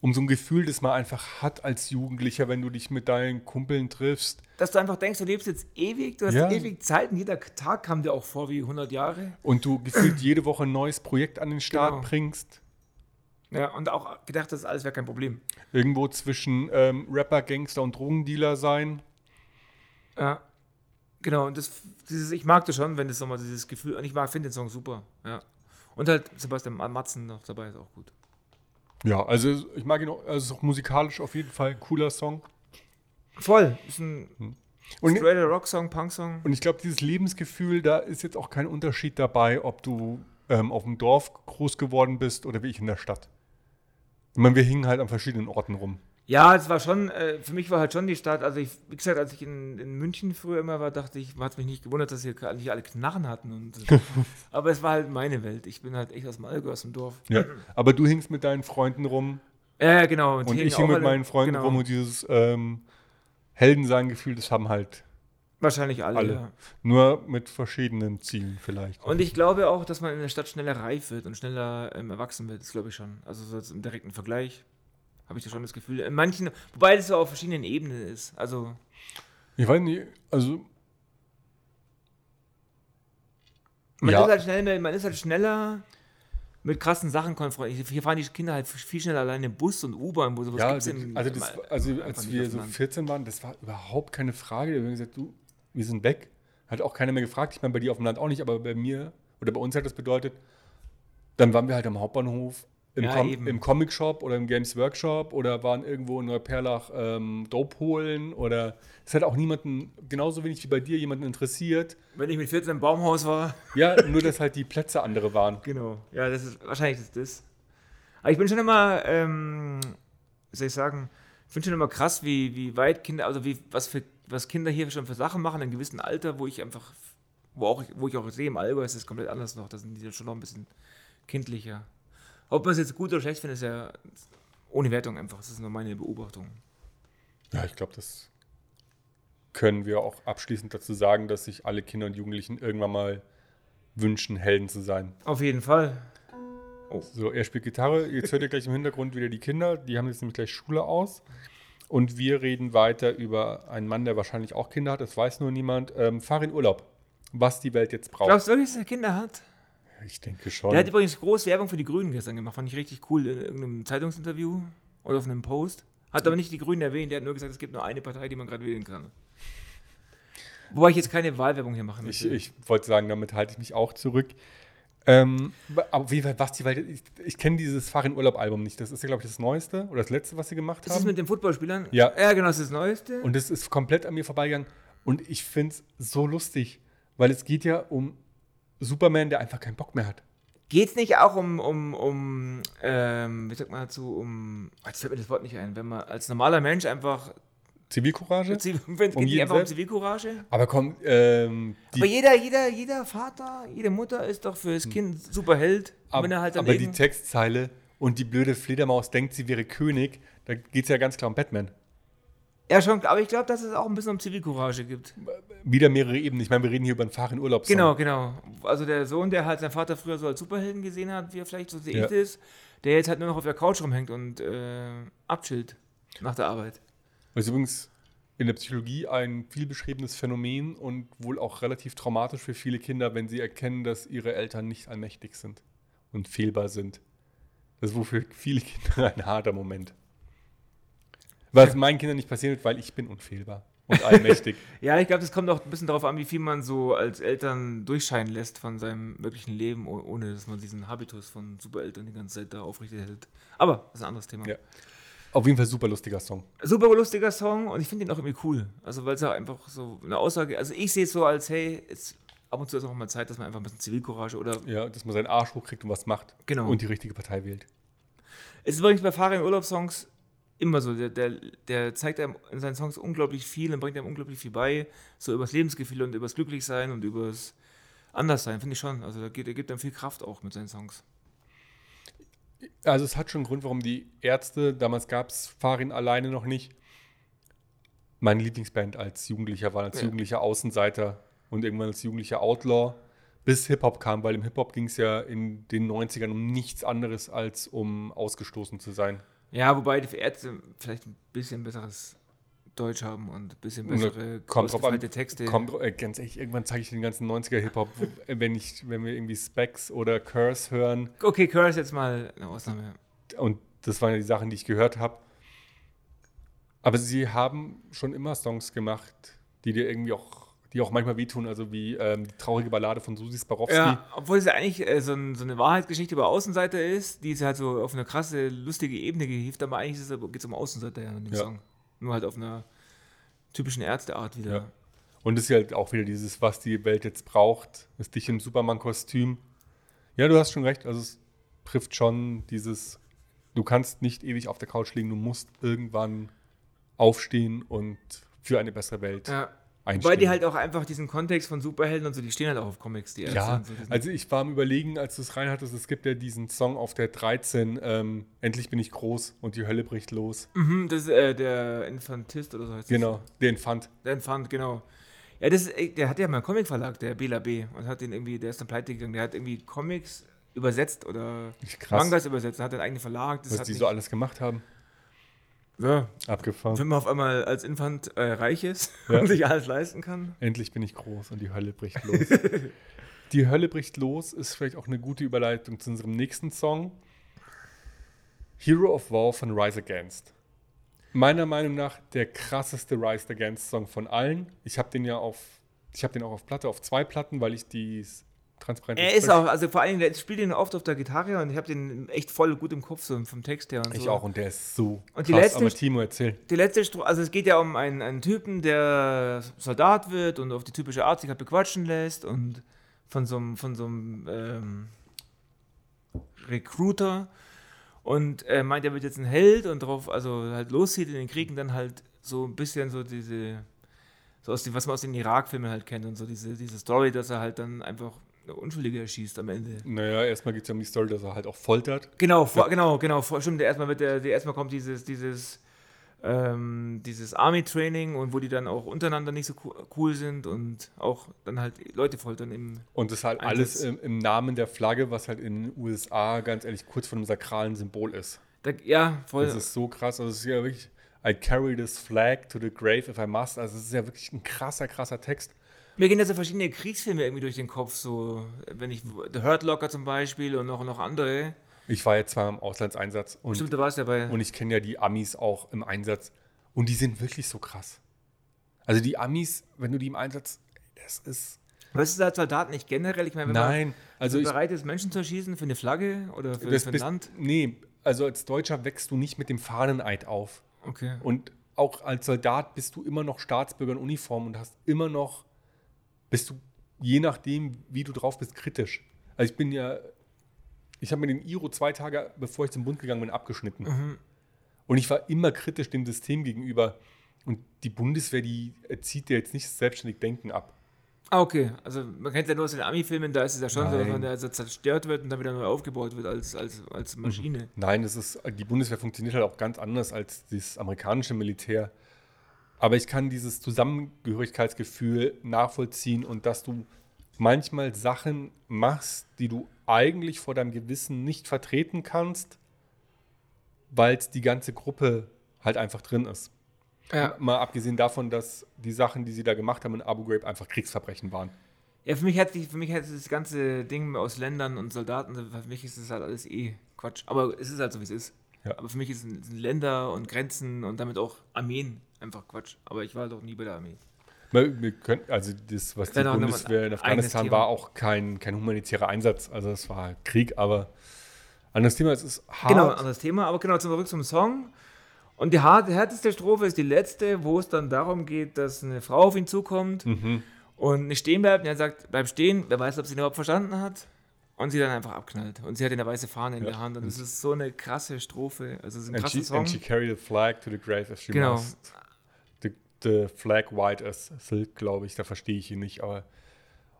um so ein Gefühl, das man einfach hat als Jugendlicher, wenn du dich mit deinen Kumpeln triffst.
Dass du einfach denkst, du lebst jetzt ewig, du hast
Ja.
ewig Zeit und jeder Tag kam dir auch vor wie 100 Jahre.
Und du gefühlt jede Woche ein neues Projekt an den Start
Genau.
bringst.
Ja, und auch gedacht, das alles wäre kein Problem.
Irgendwo zwischen ähm, Rapper, Gangster und Drogendealer sein.
Ja. Genau, und das, dieses, ich mag das schon, wenn das nochmal dieses Gefühl, und ich mag, finde den Song super. Ja. Und halt Sebastian Matzen noch dabei ist auch gut.
Ja, also ich mag ihn auch, also es ist auch musikalisch auf jeden Fall ein cooler Song.
Voll. Ist ein
Hm. Und,
straighter Rock-Song, Punk-Song.
und ich glaube, dieses Lebensgefühl, da ist jetzt auch kein Unterschied dabei, ob du ähm, auf dem Dorf groß geworden bist oder wie ich in der Stadt. Ich meine, wir hingen halt an verschiedenen Orten rum.
Ja, es war schon, äh, für mich war halt schon die Stadt, also ich, wie gesagt, als ich in, in München früher immer war, dachte ich, hat mich nicht gewundert, dass hier ka- nicht alle Knarren hatten. Und,
[laughs]
aber es war halt meine Welt. Ich bin halt echt aus dem Allgäu, aus dem Dorf.
Ja. Aber du hingst mit deinen Freunden rum
Ja, ja, genau.
und
hingen
ich
auch
hing mit
alle-
meinen Freunden
genau,
rum und dieses ähm, Heldensein-Gefühl, das haben halt
Wahrscheinlich alle.
alle.
Ja.
Nur mit verschiedenen Zielen vielleicht.
Und ich glaube auch, dass man in der Stadt schneller reif wird und schneller ähm, erwachsen wird. Das glaube ich schon. Also so jetzt im direkten Vergleich habe ich da schon das Gefühl. In manchen, wobei das so auf verschiedenen Ebenen ist. Also
Ich weiß nicht, also
man,
Ja.
ist, halt schnell, man ist halt schneller mit krassen Sachen konfrontiert. Hier fahren die Kinder halt viel schneller alleine Bus und U-Bahn, wo sowas
Ja,
gibt's
also,
im-
also,
im
das,
Al-
also
einfach
als
nicht
wir
auf dem
so
Land.
14 waren, das war überhaupt keine Frage. Wir haben gesagt, du, wir sind weg. Hat auch keiner mehr gefragt. Ich meine, bei dir auf dem Land auch nicht, aber bei mir oder bei uns hat das bedeutet, dann waren wir halt am Hauptbahnhof, im,
Ja,
Com
eben.
im Comic Shop oder im Games Workshop oder waren irgendwo in Neuperlach ähm, Dope holen oder es hat auch niemanden, genauso wenig wie bei dir, jemanden interessiert.
Wenn ich mit 14 im Baumhaus war.
Ja, nur dass halt die Plätze andere waren.
Genau. Ja, das ist wahrscheinlich ist das. Aber ich bin schon immer, ähm, wie soll ich sagen, ich finde schon immer krass, wie, wie weit Kinder, also wie, was für was Kinder hier schon für Sachen machen in einem gewissen Alter, wo ich einfach, wo auch ich, wo ich auch sehe, im Allgäu ist das komplett anders noch. Da sind die dann schon noch ein bisschen kindlicher. Ob man es jetzt gut oder schlecht findet, ist ja ohne Wertung einfach. Das ist nur meine Beobachtung.
Ja, ich glaube, das können wir auch abschließend dazu sagen, dass sich alle Kinder und Jugendlichen irgendwann mal wünschen, Helden zu sein.
Auf jeden Fall.
So, er spielt Gitarre. Jetzt hört ihr gleich im Hintergrund wieder die Kinder. Die haben jetzt nämlich gleich Schule aus. Und wir reden weiter über einen Mann, der wahrscheinlich auch Kinder hat. Das weiß nur niemand. Ähm, fahr in Urlaub. Was die Welt jetzt braucht.
Glaubst du wirklich, dass er Kinder hat?
ich denke schon.
Der hat übrigens groß Werbung für die Grünen gestern gemacht. Fand ich richtig cool. In irgendeinem Zeitungsinterview oder auf einem Post. Hat aber nicht die Grünen erwähnt. Der hat nur gesagt, es gibt nur eine Partei, die man gerade wählen kann. Wobei ich jetzt keine Wahlwerbung hier machen
Ich,
möchte.
ich wollte sagen, damit halte ich mich auch zurück. Ähm, aber auf jeden Fall, was die Welt. Ich, ich kenne dieses Fahr in Urlaub-Album nicht. Das ist ja, glaube ich, das neueste oder das letzte, was sie gemacht
ist
haben.
das mit den Footballspielern?
Ja.
Ja, genau, das ist das Neueste.
Und es ist komplett an mir vorbeigegangen. Und ich finde es so lustig, weil es geht ja um Superman, der einfach keinen Bock mehr hat.
Geht es nicht auch um, um, um ähm, wie sagt man dazu, um, oh, jetzt fällt mir das Wort nicht ein, wenn man als normaler Mensch einfach,
Zivilcourage?
[laughs] wenn es
Um
geht nicht
jeden
einfach um
selbst?
Zivilcourage?
Aber komm, ähm, die, Hm.
Aber jeder, jeder, jeder Vater, jede Mutter ist doch fürs Kind super Held.
ab-
wenn er halt dann
aber die
irgend-
Textzeile und die blöde Fledermaus denkt, sie wäre König, da geht es ja ganz klar um Batman.
Ja, schon, aber ich glaube, dass es auch ein bisschen um Zivilcourage gibt.
Wieder mehrere Ebenen. Ich meine, wir reden hier über einen fahren Urlaubssong.
Genau, genau. Also der Sohn, der halt seinen Vater früher so als Superhelden gesehen hat, wie er vielleicht so sehe
Ja.
ich das, der jetzt halt nur noch auf der Couch rumhängt und äh, abchillt nach der Arbeit.
Was übrigens in der Psychologie ein viel beschriebenes Phänomen und wohl auch relativ traumatisch für viele Kinder, wenn sie erkennen, dass ihre Eltern nicht allmächtig sind und fehlbar sind. Das ist wohl für viele Kinder ein harter Moment. Was meinen Kindern nicht passiert, weil ich bin unfehlbar und allmächtig.
Ja, ich glaube, das kommt auch ein bisschen darauf an, wie viel man so als Eltern durchscheinen lässt von seinem wirklichen Leben, oh- ohne dass man diesen Habitus von Supereltern die ganze Zeit da aufrechterhält. Aber das ist ein anderes Thema.
Ja. [laughs] Auf jeden Fall super lustiger Song.
super lustiger Song und ich finde ihn auch irgendwie cool. Also, weil es auch einfach so eine Aussage Also, ich sehe es so als, hey, jetzt, ab und zu ist auch mal Zeit, dass man einfach ein bisschen Zivilcourage oder.
Ja, dass man seinen Arsch hochkriegt und was macht
Genau.
und die richtige Partei wählt.
Es ist übrigens bei Fahrern Urlaubssongs immer so. Der, der, der zeigt einem in seinen Songs unglaublich viel und bringt einem unglaublich viel bei. So übers Lebensgefühl und übers Glücklichsein und übers Anderssein, finde ich schon. Also, da gibt, er gibt einem viel Kraft auch mit seinen Songs.
Also es hat schon einen Grund, warum die Ärzte, damals gab es Farin alleine noch nicht, meine Lieblingsband als Jugendlicher war, als
Ja.
jugendlicher Außenseiter und irgendwann als jugendlicher Outlaw, bis Hip-Hop kam, weil im Hip-Hop ging es ja in den 90ern um nichts anderes als um ausgestoßen zu sein.
Ja, wobei die Ärzte vielleicht ein bisschen besseres Deutsch haben und ein bisschen
Und da
bessere,
kommt drauf an,
ausgefeilte Texte.
Kommt, dr- äh, ganz ehrlich, irgendwann zeige ich den ganzen 90er Hip-Hop, äh, wenn, ich- wenn wir irgendwie Specs oder Curse hören.
Okay, Curse ist jetzt mal eine Ausnahme.
Und das waren ja die Sachen, die ich gehört habe. Aber sie haben schon immer Songs gemacht, die dir irgendwie auch, die auch manchmal wehtun, also wie ähm, die traurige Ballade von Susi Sparowski.
Ja, obwohl es ja eigentlich äh, so, ein, so eine Wahrheitsgeschichte über Außenseiter ist, die ist halt so auf eine krasse, lustige Ebene gehievt, aber eigentlich geht es um Außenseiter ja in dem
Ja.
Song. Nur halt auf einer typischen Ärzteart wieder.
Ja. Und es ist halt auch wieder dieses, was die Welt jetzt braucht, ist dich im Superman-Kostüm. Ja, du hast schon recht. Also es trifft schon dieses, du kannst nicht ewig auf der Couch liegen, du musst irgendwann aufstehen und für eine bessere Welt
Ja.
einstehen.
Weil die halt auch einfach diesen Kontext von Superhelden und so, die stehen halt auch auf Comics, die Ärzte
ja,
und so, die sind-
also ich war am überlegen, als du es reinhattest, es gibt ja diesen Song auf der 13, ähm, Endlich bin ich groß und die Hölle bricht los.
mhm, das ist äh, der Infantist oder so heißt das.
Genau, den fand.
Der Infant, genau. Ja, das, ist- der hat ja mal einen Comicverlag, der Bela B. Und hat den irgendwie, der ist dann pleite gegangen. Der hat irgendwie Comics übersetzt oder
Krass,
Mangas übersetzt. Hat einen eigenen Verlag. Das
was
hat
die
nicht-
so alles gemacht haben.
ja,
Abgefahren.
wenn man auf einmal als Infant äh, reich ist [laughs]
Ja.
und sich alles leisten kann.
Endlich bin ich groß und die Hölle bricht
[laughs]
los. die Hölle bricht los ist vielleicht auch eine gute Überleitung zu unserem nächsten Song. Hero of War von Rise Against. Meiner Meinung nach der krasseste Rise Against Song von allen. Ich habe den ja auf, ich habe den auch auf Platte, auf zwei Platten, weil ich die transparent
Er ist auch, also vor allen Dingen, der spielt den oft auf der Gitarre und ich habe den echt voll gut im Kopf, so vom Text her und so.
Ich auch und der ist so
Und die
krass.
letzte-
Aber Timo, erzähl.
Die letzte Stro also es geht ja um einen, einen Typen, der Soldat wird und auf die typische Art sich halt bequatschen lässt und von so einem, von so einem ähm, Recruiter und äh, meint, er wird jetzt ein Held und drauf, also halt loszieht in den Krieg und dann halt so ein bisschen so diese, so aus dem, was man aus den Irak-Filmen halt kennt und so diese, diese Story, dass er halt dann einfach eine Unschuldige erschießt am Ende.
Naja, erstmal geht es ja um die Story, dass er halt auch foltert.
Genau, vor, genau, genau, vor, stimmt. Erstmal wird der, der erstmal kommt dieses, dieses, ähm, dieses Army-Training und wo die dann auch untereinander nicht so co- cool sind und auch dann halt Leute foltern im.
Und das halt
Einsatz.
alles im, im Namen der Flagge, was halt in den USA ganz ehrlich kurz vor einem sakralen Symbol ist.
Da, ja, voll.
Das ist so krass. Also es ist ja wirklich, I carry this flag to the grave if I must. Also es ist ja wirklich ein krasser, krasser Text.
Mir gehen jetzt so verschiedene Kriegsfilme irgendwie durch den Kopf, so wenn ich The Hurt Locker zum Beispiel und noch, noch andere.
Ich war ja zwar im Auslandseinsatz und,
Stimmt, da war es dabei.
und ich kenne ja die Amis auch im Einsatz. Und die sind wirklich so krass. Also die Amis, wenn du die im Einsatz, das ist.
Was ist da als Soldat nicht generell? Ich meine, wenn
Nein,
man
also ich.
bereit ist, Menschen zu erschießen für eine Flagge oder für,
Das
für ein
bist,
Land.
nee, also als Deutscher wächst du nicht mit dem Fahneneid auf.
Okay.
Und auch als Soldat bist du immer noch Staatsbürger in Uniform und hast immer noch, bist du je nachdem, wie du drauf bist, kritisch. Also ich bin ja, ich habe mir den Iro zwei Tage, bevor ich zum Bund gegangen bin, abgeschnitten. Und ich war immer kritisch dem System gegenüber. Und die Bundeswehr, die zieht dir jetzt nicht das selbstständig Denken ab.
Ah, okay. Also man kennt ja nur aus den Ami-Filmen, da ist es ja schon so, dass
Nein. Mhm.
man also zerstört wird und dann wieder neu aufgebaut wird als, als, als Maschine.
Nein, das ist, die Bundeswehr funktioniert halt auch ganz anders als das amerikanische Militär. Aber ich kann dieses Zusammengehörigkeitsgefühl nachvollziehen und dass du manchmal Sachen machst, die du eigentlich vor deinem Gewissen nicht vertreten kannst, weil die ganze Gruppe halt einfach drin ist.
Ja.
Mal abgesehen davon, dass die Sachen, die sie da gemacht haben in Abu Ghraib, einfach Kriegsverbrechen waren.
Ja, für mich hat sich, für mich hat das ganze Ding aus Ländern und Soldaten, für mich ist das halt alles eh Quatsch. Aber es ist halt so, wie es ist.
Ja.
Aber für mich ist- sind Länder und Grenzen und damit auch Armeen einfach Quatsch. Aber ich war doch nie bei der Armee.
Wir, wir können, also das, was die
Wäre doch nochmal ein
Bundeswehr in
eigenes
Afghanistan
Thema.
war, auch kein, kein humanitärer Einsatz. Also es war Krieg, aber anderes Thema, es ist hart.
Genau, anderes Thema. Aber genau, zurück zum Song. Und die hart- härteste Strophe ist die letzte, wo es dann darum geht, dass eine Frau auf ihn zukommt
Mhm.
und nicht stehen bleibt. Und er sagt, bleib stehen. Wer weiß, ob sie ihn überhaupt verstanden hat. Und sie dann einfach abknallt. Und sie hat eine weiße Fahne in der Hand. Und es ist so eine krasse Strophe. Also, es ist ein
and,
krasser
she,
Song.
and she carried the flag to the grave if she
Genau.
must. The, the flag white as silk, glaube ich, da verstehe ich ihn nicht. Aber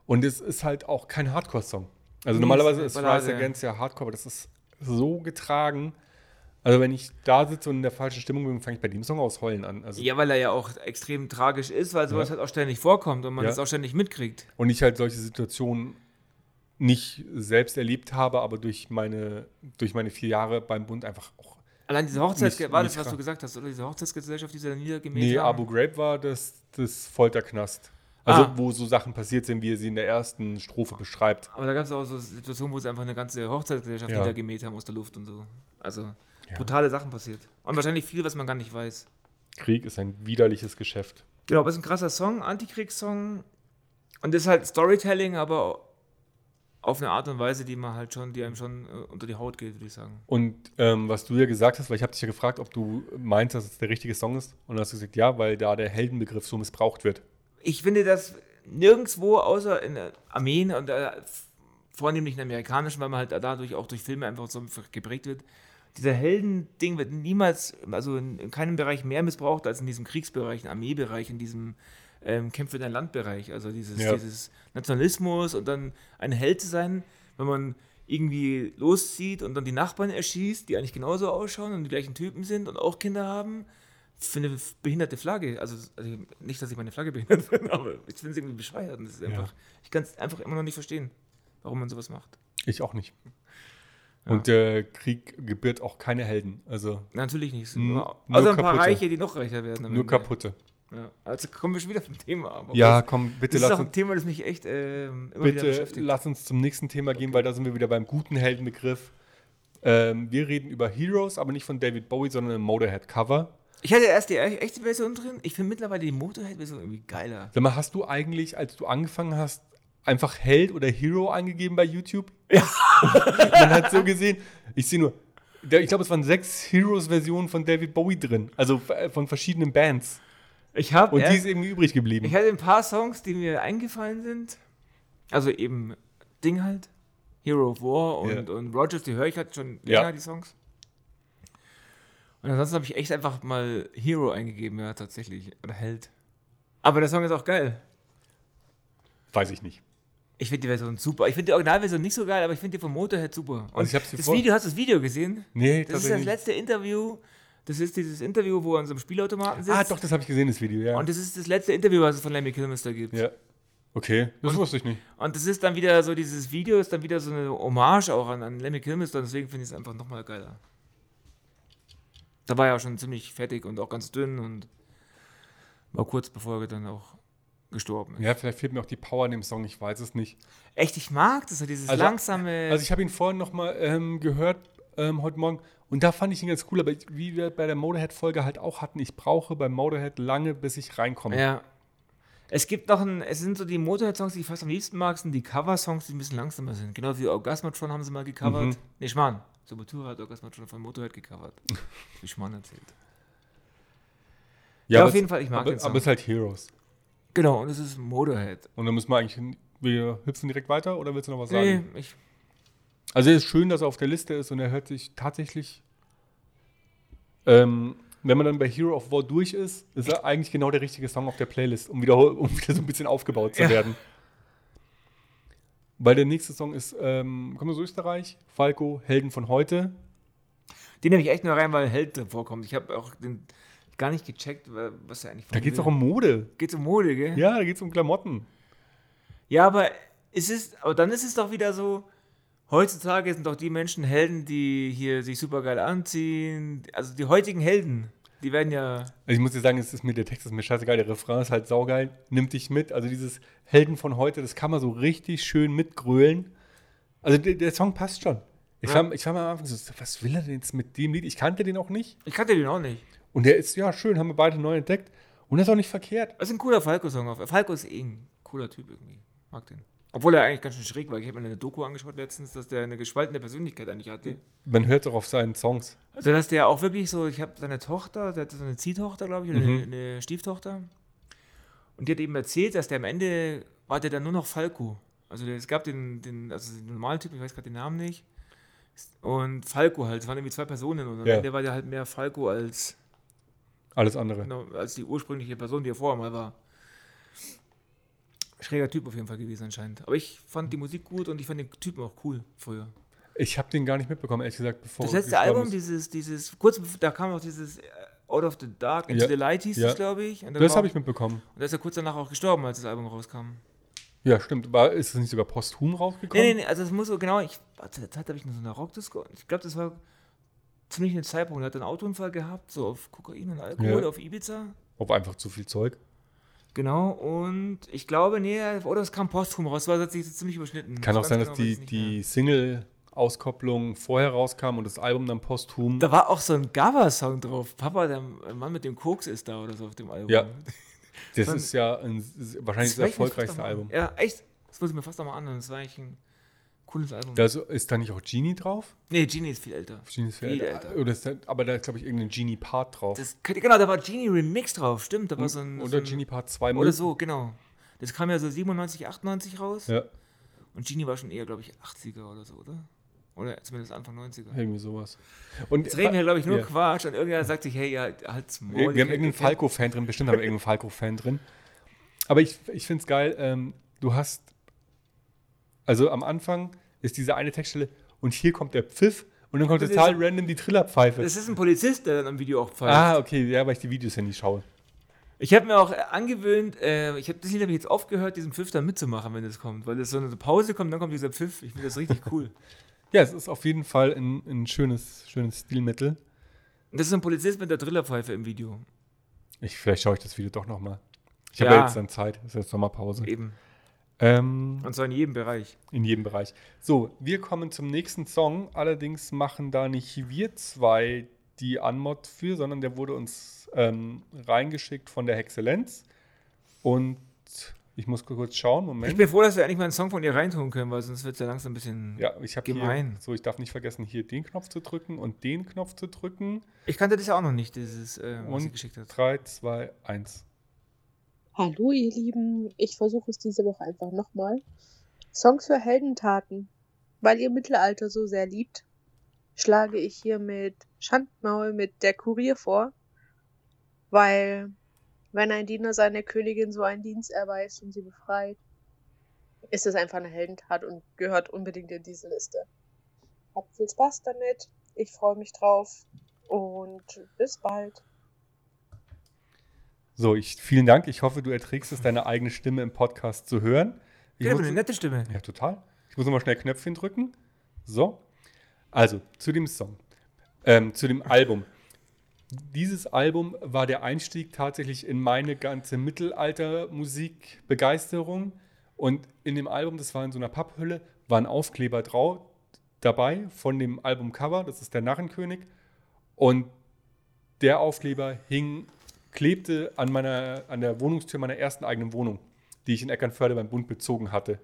und es ist halt auch kein Hardcore-Song. Also
Nee,
normalerweise
es
ist
ist eine
Rise
Ballade.
Against ja Hardcore, aber das ist so getragen. Also wenn ich da sitze und in der falschen Stimmung bin, fange ich bei dem Song aus Heulen an. Also,
Ja, weil er ja auch extrem tragisch ist, weil sowas
Ja.
halt auch ständig vorkommt und man
Ja.
das auch ständig mitkriegt.
Und ich halt solche Situationen nicht selbst erlebt habe, aber durch meine, durch meine vier Jahre beim Bund einfach auch.
Allein diese Hochzeits
Nicht-
war das,
nicht
was
krank.
du gesagt hast, oder diese Hochzeitsgesellschaft, die sie dann niedergemäht
Nee,
haben?
Abu Ghraib war das, das Folterknast. Also
Ah.
wo so Sachen passiert sind, wie er sie in der ersten Strophe beschreibt.
Aber da gab es auch so Situationen, wo sie einfach eine ganze Hochzeitsgesellschaft
Ja.
niedergemäht haben aus der Luft und so. Also brutale Sachen passiert. Und wahrscheinlich viel, was man gar nicht weiß.
Krieg ist ein widerliches Geschäft.
Genau, aber es ist ein krasser Song, Antikriegssong. Und das ist halt Storytelling, aber auf eine Art und Weise, die man halt schon, die einem schon äh, unter die Haut geht, würde ich sagen.
Und ähm, was du ja gesagt hast, weil ich habe dich ja gefragt, ob du meinst, dass es der richtige Song ist. Und dann hast du gesagt, ja, weil da der Heldenbegriff so missbraucht wird.
Ich finde das nirgendwo, außer in äh, Armeen und äh, f- vornehmlich in amerikanischen, weil man halt dadurch auch durch Filme einfach so geprägt wird. Dieser Heldending wird niemals, also in, in keinem Bereich mehr missbraucht als in diesem Kriegsbereich, im Armeebereich, in diesem ähm, Kämpfe für dein Landbereich. Also dieses,
Ja.
dieses Nationalismus und dann ein Held zu sein, wenn man irgendwie loszieht und dann die Nachbarn erschießt, die eigentlich genauso ausschauen und die gleichen Typen sind und auch Kinder haben, für eine behinderte Flagge. Also, also nicht, dass ich meine Flagge behindert bin, [laughs] aber ich finde es irgendwie bescheuert. Und das ist einfach, Ich kann es einfach immer noch nicht verstehen, warum man sowas macht.
Ich auch nicht. Und der Krieg gebiert auch keine Helden. Also
Natürlich nicht.
N-
Nur,
nur
außer ein paar
kaputte.
Reiche, die noch reicher werden. am
nur
Ende.
kaputte.
Ja. Also kommen wir schon wieder vom Thema ab. Aber
Ja, komm, bitte
das ist
lass
auch ein
uns,
Thema, das mich echt ähm, immer wieder
bitte
beschäftigt.
lass uns zum nächsten Thema gehen, weil da sind wir wieder beim guten Heldenbegriff. Ähm, wir reden über Heroes, aber nicht von David Bowie, sondern im Motorhead-Cover.
Ich hatte erst die e- echte Version drin. Ich finde mittlerweile die Motorhead-Version irgendwie geiler.
Sag mal, hast du eigentlich, als du angefangen hast, einfach Held oder Hero angegeben bei YouTube? Ja. [laughs] Man hat so gesehen, ich sehe nur, da- ich glaube, es waren sechs Heroes-Versionen von David Bowie drin, also f- von verschiedenen Bands.
Ich habe
Und die ist irgendwie übrig geblieben.
Ich hatte ein paar Songs, die mir eingefallen sind. Also eben Ding halt. Hero of War und,
Ja.
und Rogers, die höre ich halt schon
Ja.
länger, die Songs. Und ansonsten habe ich echt einfach mal Hero eingegeben, ja, tatsächlich. Oder Held. Aber der Song ist auch geil.
Weiß ich nicht.
Ich finde die Version super. Ich finde die Originalversion nicht so geil, aber ich finde die von Motorhead super. Und
Also ich hab sie
das
vor-
Video, hast du das Video gesehen?
Nee,
Das ist das
tatsächlich.
letzte Interview. Das ist dieses Interview, wo er an so einem Spielautomaten sitzt.
Ah, doch, das habe ich gesehen, das Video, ja.
Und das ist das letzte Interview, was es von Lemmy Kilmister gibt.
ja. Okay, das wusste ich nicht.
Und das ist dann wieder so, dieses Video ist dann wieder so eine Hommage auch an, an Lemmy Kilmister und deswegen finde ich es einfach nochmal geiler. Da war er ja schon ziemlich fertig und auch ganz dünn und war kurz bevor er dann auch gestorben ist.
Ja, vielleicht fehlt mir auch die Power in dem Song, ich weiß es nicht.
Echt, ich mag das, so dieses
Also-
langsame.
Also ich habe ihn vorhin nochmal ähm, gehört, ähm, heute Morgen, und da fand ich ihn ganz cool, aber ich- wie wir bei der Motorhead-Folge halt auch hatten, ich brauche bei Motorhead lange, bis ich reinkomme.
ja. Es gibt noch ein, es sind so die Motorhead-Songs, die ich fast am liebsten mag, sind die Cover-Songs, die ein bisschen langsamer sind. Genau wie Orgasmatron haben sie mal gecovert.
Mhm.
Nee, Schmarrn. Sabotura hat Orgasmatron von Motorhead gecovert.
[laughs]
Wie Schmarrn erzählt. Ja,
aber
auf
es-
jeden Fall, ich mag
aber,
den Song.
Aber es ist halt Heroes.
Genau, und es ist Motorhead.
Und dann müssen wir eigentlich, hin- wir hüpfen direkt weiter, oder willst du noch was
Nee,
sagen?
ich,
Also es ist schön, dass er auf der Liste ist und er hört sich tatsächlich, ähm, wenn man dann bei Hero of War durch ist, ist er eigentlich genau der richtige Song auf der Playlist, um wieder, um wieder so ein bisschen aufgebaut zu
Ja.
werden. Weil der nächste Song ist, ähm, kommen wir aus Österreich, Falco, Helden von heute.
den nehme ich echt nur rein, weil Held drin vorkommt. Ich habe auch den gar nicht gecheckt, wa- was er eigentlich von
Da
mir
geht es
will.
auch um Mode.
Geht's um Mode, gell?
Ja, da geht es um Klamotten.
ja aber es ist, aber dann ist es doch wieder so. Heutzutage sind doch die Menschen Helden, die hier sich supergeil anziehen. Also die heutigen Helden, die werden ja.
Also ich muss dir sagen, es ist mir, der Text ist mir scheißegal, der Refrain ist halt saugeil, nimmt dich mit. Also dieses Helden von heute, das kann man so richtig schön mitgrölen. Also der, der Song passt schon. Ich,
Ja.
war, ich war mal am Anfang so, was will er denn jetzt mit dem Lied? Ich kannte den auch nicht.
Ich kannte den auch nicht.
Und der ist, ja, schön, haben wir beide neu entdeckt. Und das ist auch nicht verkehrt.
Das ist ein cooler Falco-Song. auf- Falco ist eh ein cooler Typ irgendwie. Mag den. Obwohl er eigentlich ganz schön schräg war. Ich habe mir eine Doku angeschaut letztens, dass der eine gespaltene Persönlichkeit eigentlich hatte.
Man hört auch auf seinen Songs.
Also, dass der auch wirklich so, ich habe seine Tochter, der hatte so eine Ziehtochter, glaube ich, oder eine, eine Stieftochter. Und die hat eben erzählt, dass der am Ende war der dann nur noch Falco. Also der, es gab den, den, also den normalen Typen, ich weiß gerade den Namen nicht. Und Falco halt, es waren irgendwie zwei Personen und am
Ja.
Ende war der halt mehr Falco als,
Alles andere.
genau, als die ursprüngliche Person, die er vorher mal war. Schräger Typ auf jeden Fall gewesen anscheinend. Aber ich fand die Musik gut und ich fand den Typen auch cool früher.
Ich habe den gar nicht mitbekommen, ehrlich gesagt, bevor
Das
er
letzte
gestorben
Album,
ist.
dieses, dieses, kurz bevor- da kam auch dieses äh, Out of the Dark, Into
Ja.
the Light hieß
Ja.
es, glaube ich. Und dann
Das
war-
habe ich mitbekommen.
Und da ist er kurz danach auch gestorben, als das Album rauskam.
Ja, stimmt. Aber ist es nicht sogar posthum rausgekommen?
Nee, nee, nee, also es muss so genau, ich, warte, der Zeit habe ich in so einer Rockdisco, ich glaube, das war ziemlich eine Zeitpunkt, er hat einen Autounfall gehabt, so auf Kokain und Alkohol,
Ja.
auf Ibiza.
Ob einfach zu viel Zeug.
Genau, und ich glaube, nee, oder es kam posthum raus, weil es hat sich jetzt ziemlich überschnitten.
Kann auch
Das
sein,
ganz
dass
genau weiß
die,
ich nicht mehr.
die Single-Auskopplung vorher rauskam und das Album dann posthum.
Da war auch so ein Gava-Song drauf. Papa, der Mann mit dem Koks ist da oder so auf dem Album.
Ja. das
dann-
ist ja ein, ist wahrscheinlich das,
werd ich mir fast
erfolgreichste
noch mal-
Album.
Ja, echt. Das muss ich mir fast nochmal anhören. Das war eigentlich ein cooles Album.
Da ist, Also ist da nicht auch Genie drauf?
nee, Genie ist viel älter.
Genie ist viel
Viel
älter.
älter.
Oder ist da, aber da ist, glaube ich, irgendein Genie-Part drauf.
Das, könnte- genau, da war Genie Remix drauf, stimmt. Da war so ein, so
Hm. Oder
ein,
Genie-Part 2.
Oder so, genau. Das kam ja so 97, 98 raus.
Ja,
Und Genie war schon eher, glaube ich, 80er oder so, oder? Oder zumindest Anfang 90er.
irgendwie sowas. Und
Jetzt reden wir, glaube ich, nur
Ja.
Quatsch. Und irgendwer sagt sich, hey, ja, halt's Maul.
Wir,
ich
wir haben
kenn-
irgendeinen
ich kenn-
Falco-Fan drin, bestimmt haben wir irgendeinen Falco-Fan drin. Aber ich, ich finde es geil, ähm, du hast, also am Anfang ist diese eine Textstelle und hier kommt der Pfiff und dann kommt
Das
total
ist-
random die Trillerpfeife.
Das ist ein Polizist, der dann am Video auch pfeift.
Ah, okay, ja, weil ich die Videos ja nie schaue.
Ich habe mir auch äh, angewöhnt, äh, ich habe das Lied hab ich jetzt aufgehört, diesen Pfiff dann mitzumachen, wenn das kommt. Weil es so eine Pause kommt, dann kommt dieser Pfiff. Ich finde das richtig cool.
Ja, es ist auf jeden Fall ein, ein schönes, schönes Stilmittel.
Und das ist ein Polizist mit der Drillerpfeife im Video.
Ich, vielleicht schaue ich das Video doch nochmal. Ich habe ja.
Ja.
jetzt dann Zeit, ist jetzt Sommerpause.
Eben.
Ähm,
Und zwar in jedem Bereich.
In jedem Bereich. So, wir kommen zum nächsten Song. Allerdings machen da nicht wir zwei die Anmod für, sondern der wurde uns ähm, reingeschickt von der Hexellenz. Und ich muss kurz schauen,
Ich
Moment.
bin froh, dass wir endlich mal einen Song von ihr reintun können, weil sonst wird es ja langsam ein bisschen.
Ja, ich habe hier,
Gemein.
so ich darf nicht vergessen, hier den Knopf zu drücken und den Knopf zu drücken.
Ich kannte das ja auch noch nicht, dieses, äh, was sie
Und
geschickt hat.
3, 2, 1.
Hallo ihr Lieben, ich versuche es diese Woche einfach nochmal. Songs für Heldentaten. Weil ihr Mittelalter so sehr liebt, schlage ich hier mit Schandmaul mit der Kurier vor. Weil wenn ein Diener seiner Königin so einen Dienst erweist und sie befreit, ist es einfach eine Heldentat und gehört unbedingt in diese Liste. Habt viel Spaß damit, ich freue mich drauf und bis bald.
So, ich, vielen Dank. Ich hoffe, du erträgst es, deine eigene Stimme im Podcast zu hören. Ich
Ja, aber
muss-
Genau, eine nette Stimme.
Ja, total. Ich muss nochmal schnell Knöpfchen drücken. So. Also, zu dem Song. Ähm, zu dem Album. Dieses Album war der Einstieg tatsächlich in meine ganze Mittelalter-Musik-Begeisterung. Und in dem Album, das war in so einer Papphülle, war ein Aufkleber drau dabei von dem Albumcover. Das ist der Narrenkönig. Und der Aufkleber hing, klebte an, meiner, an der Wohnungstür meiner ersten eigenen Wohnung, die ich in Eckernförde beim Bund bezogen hatte.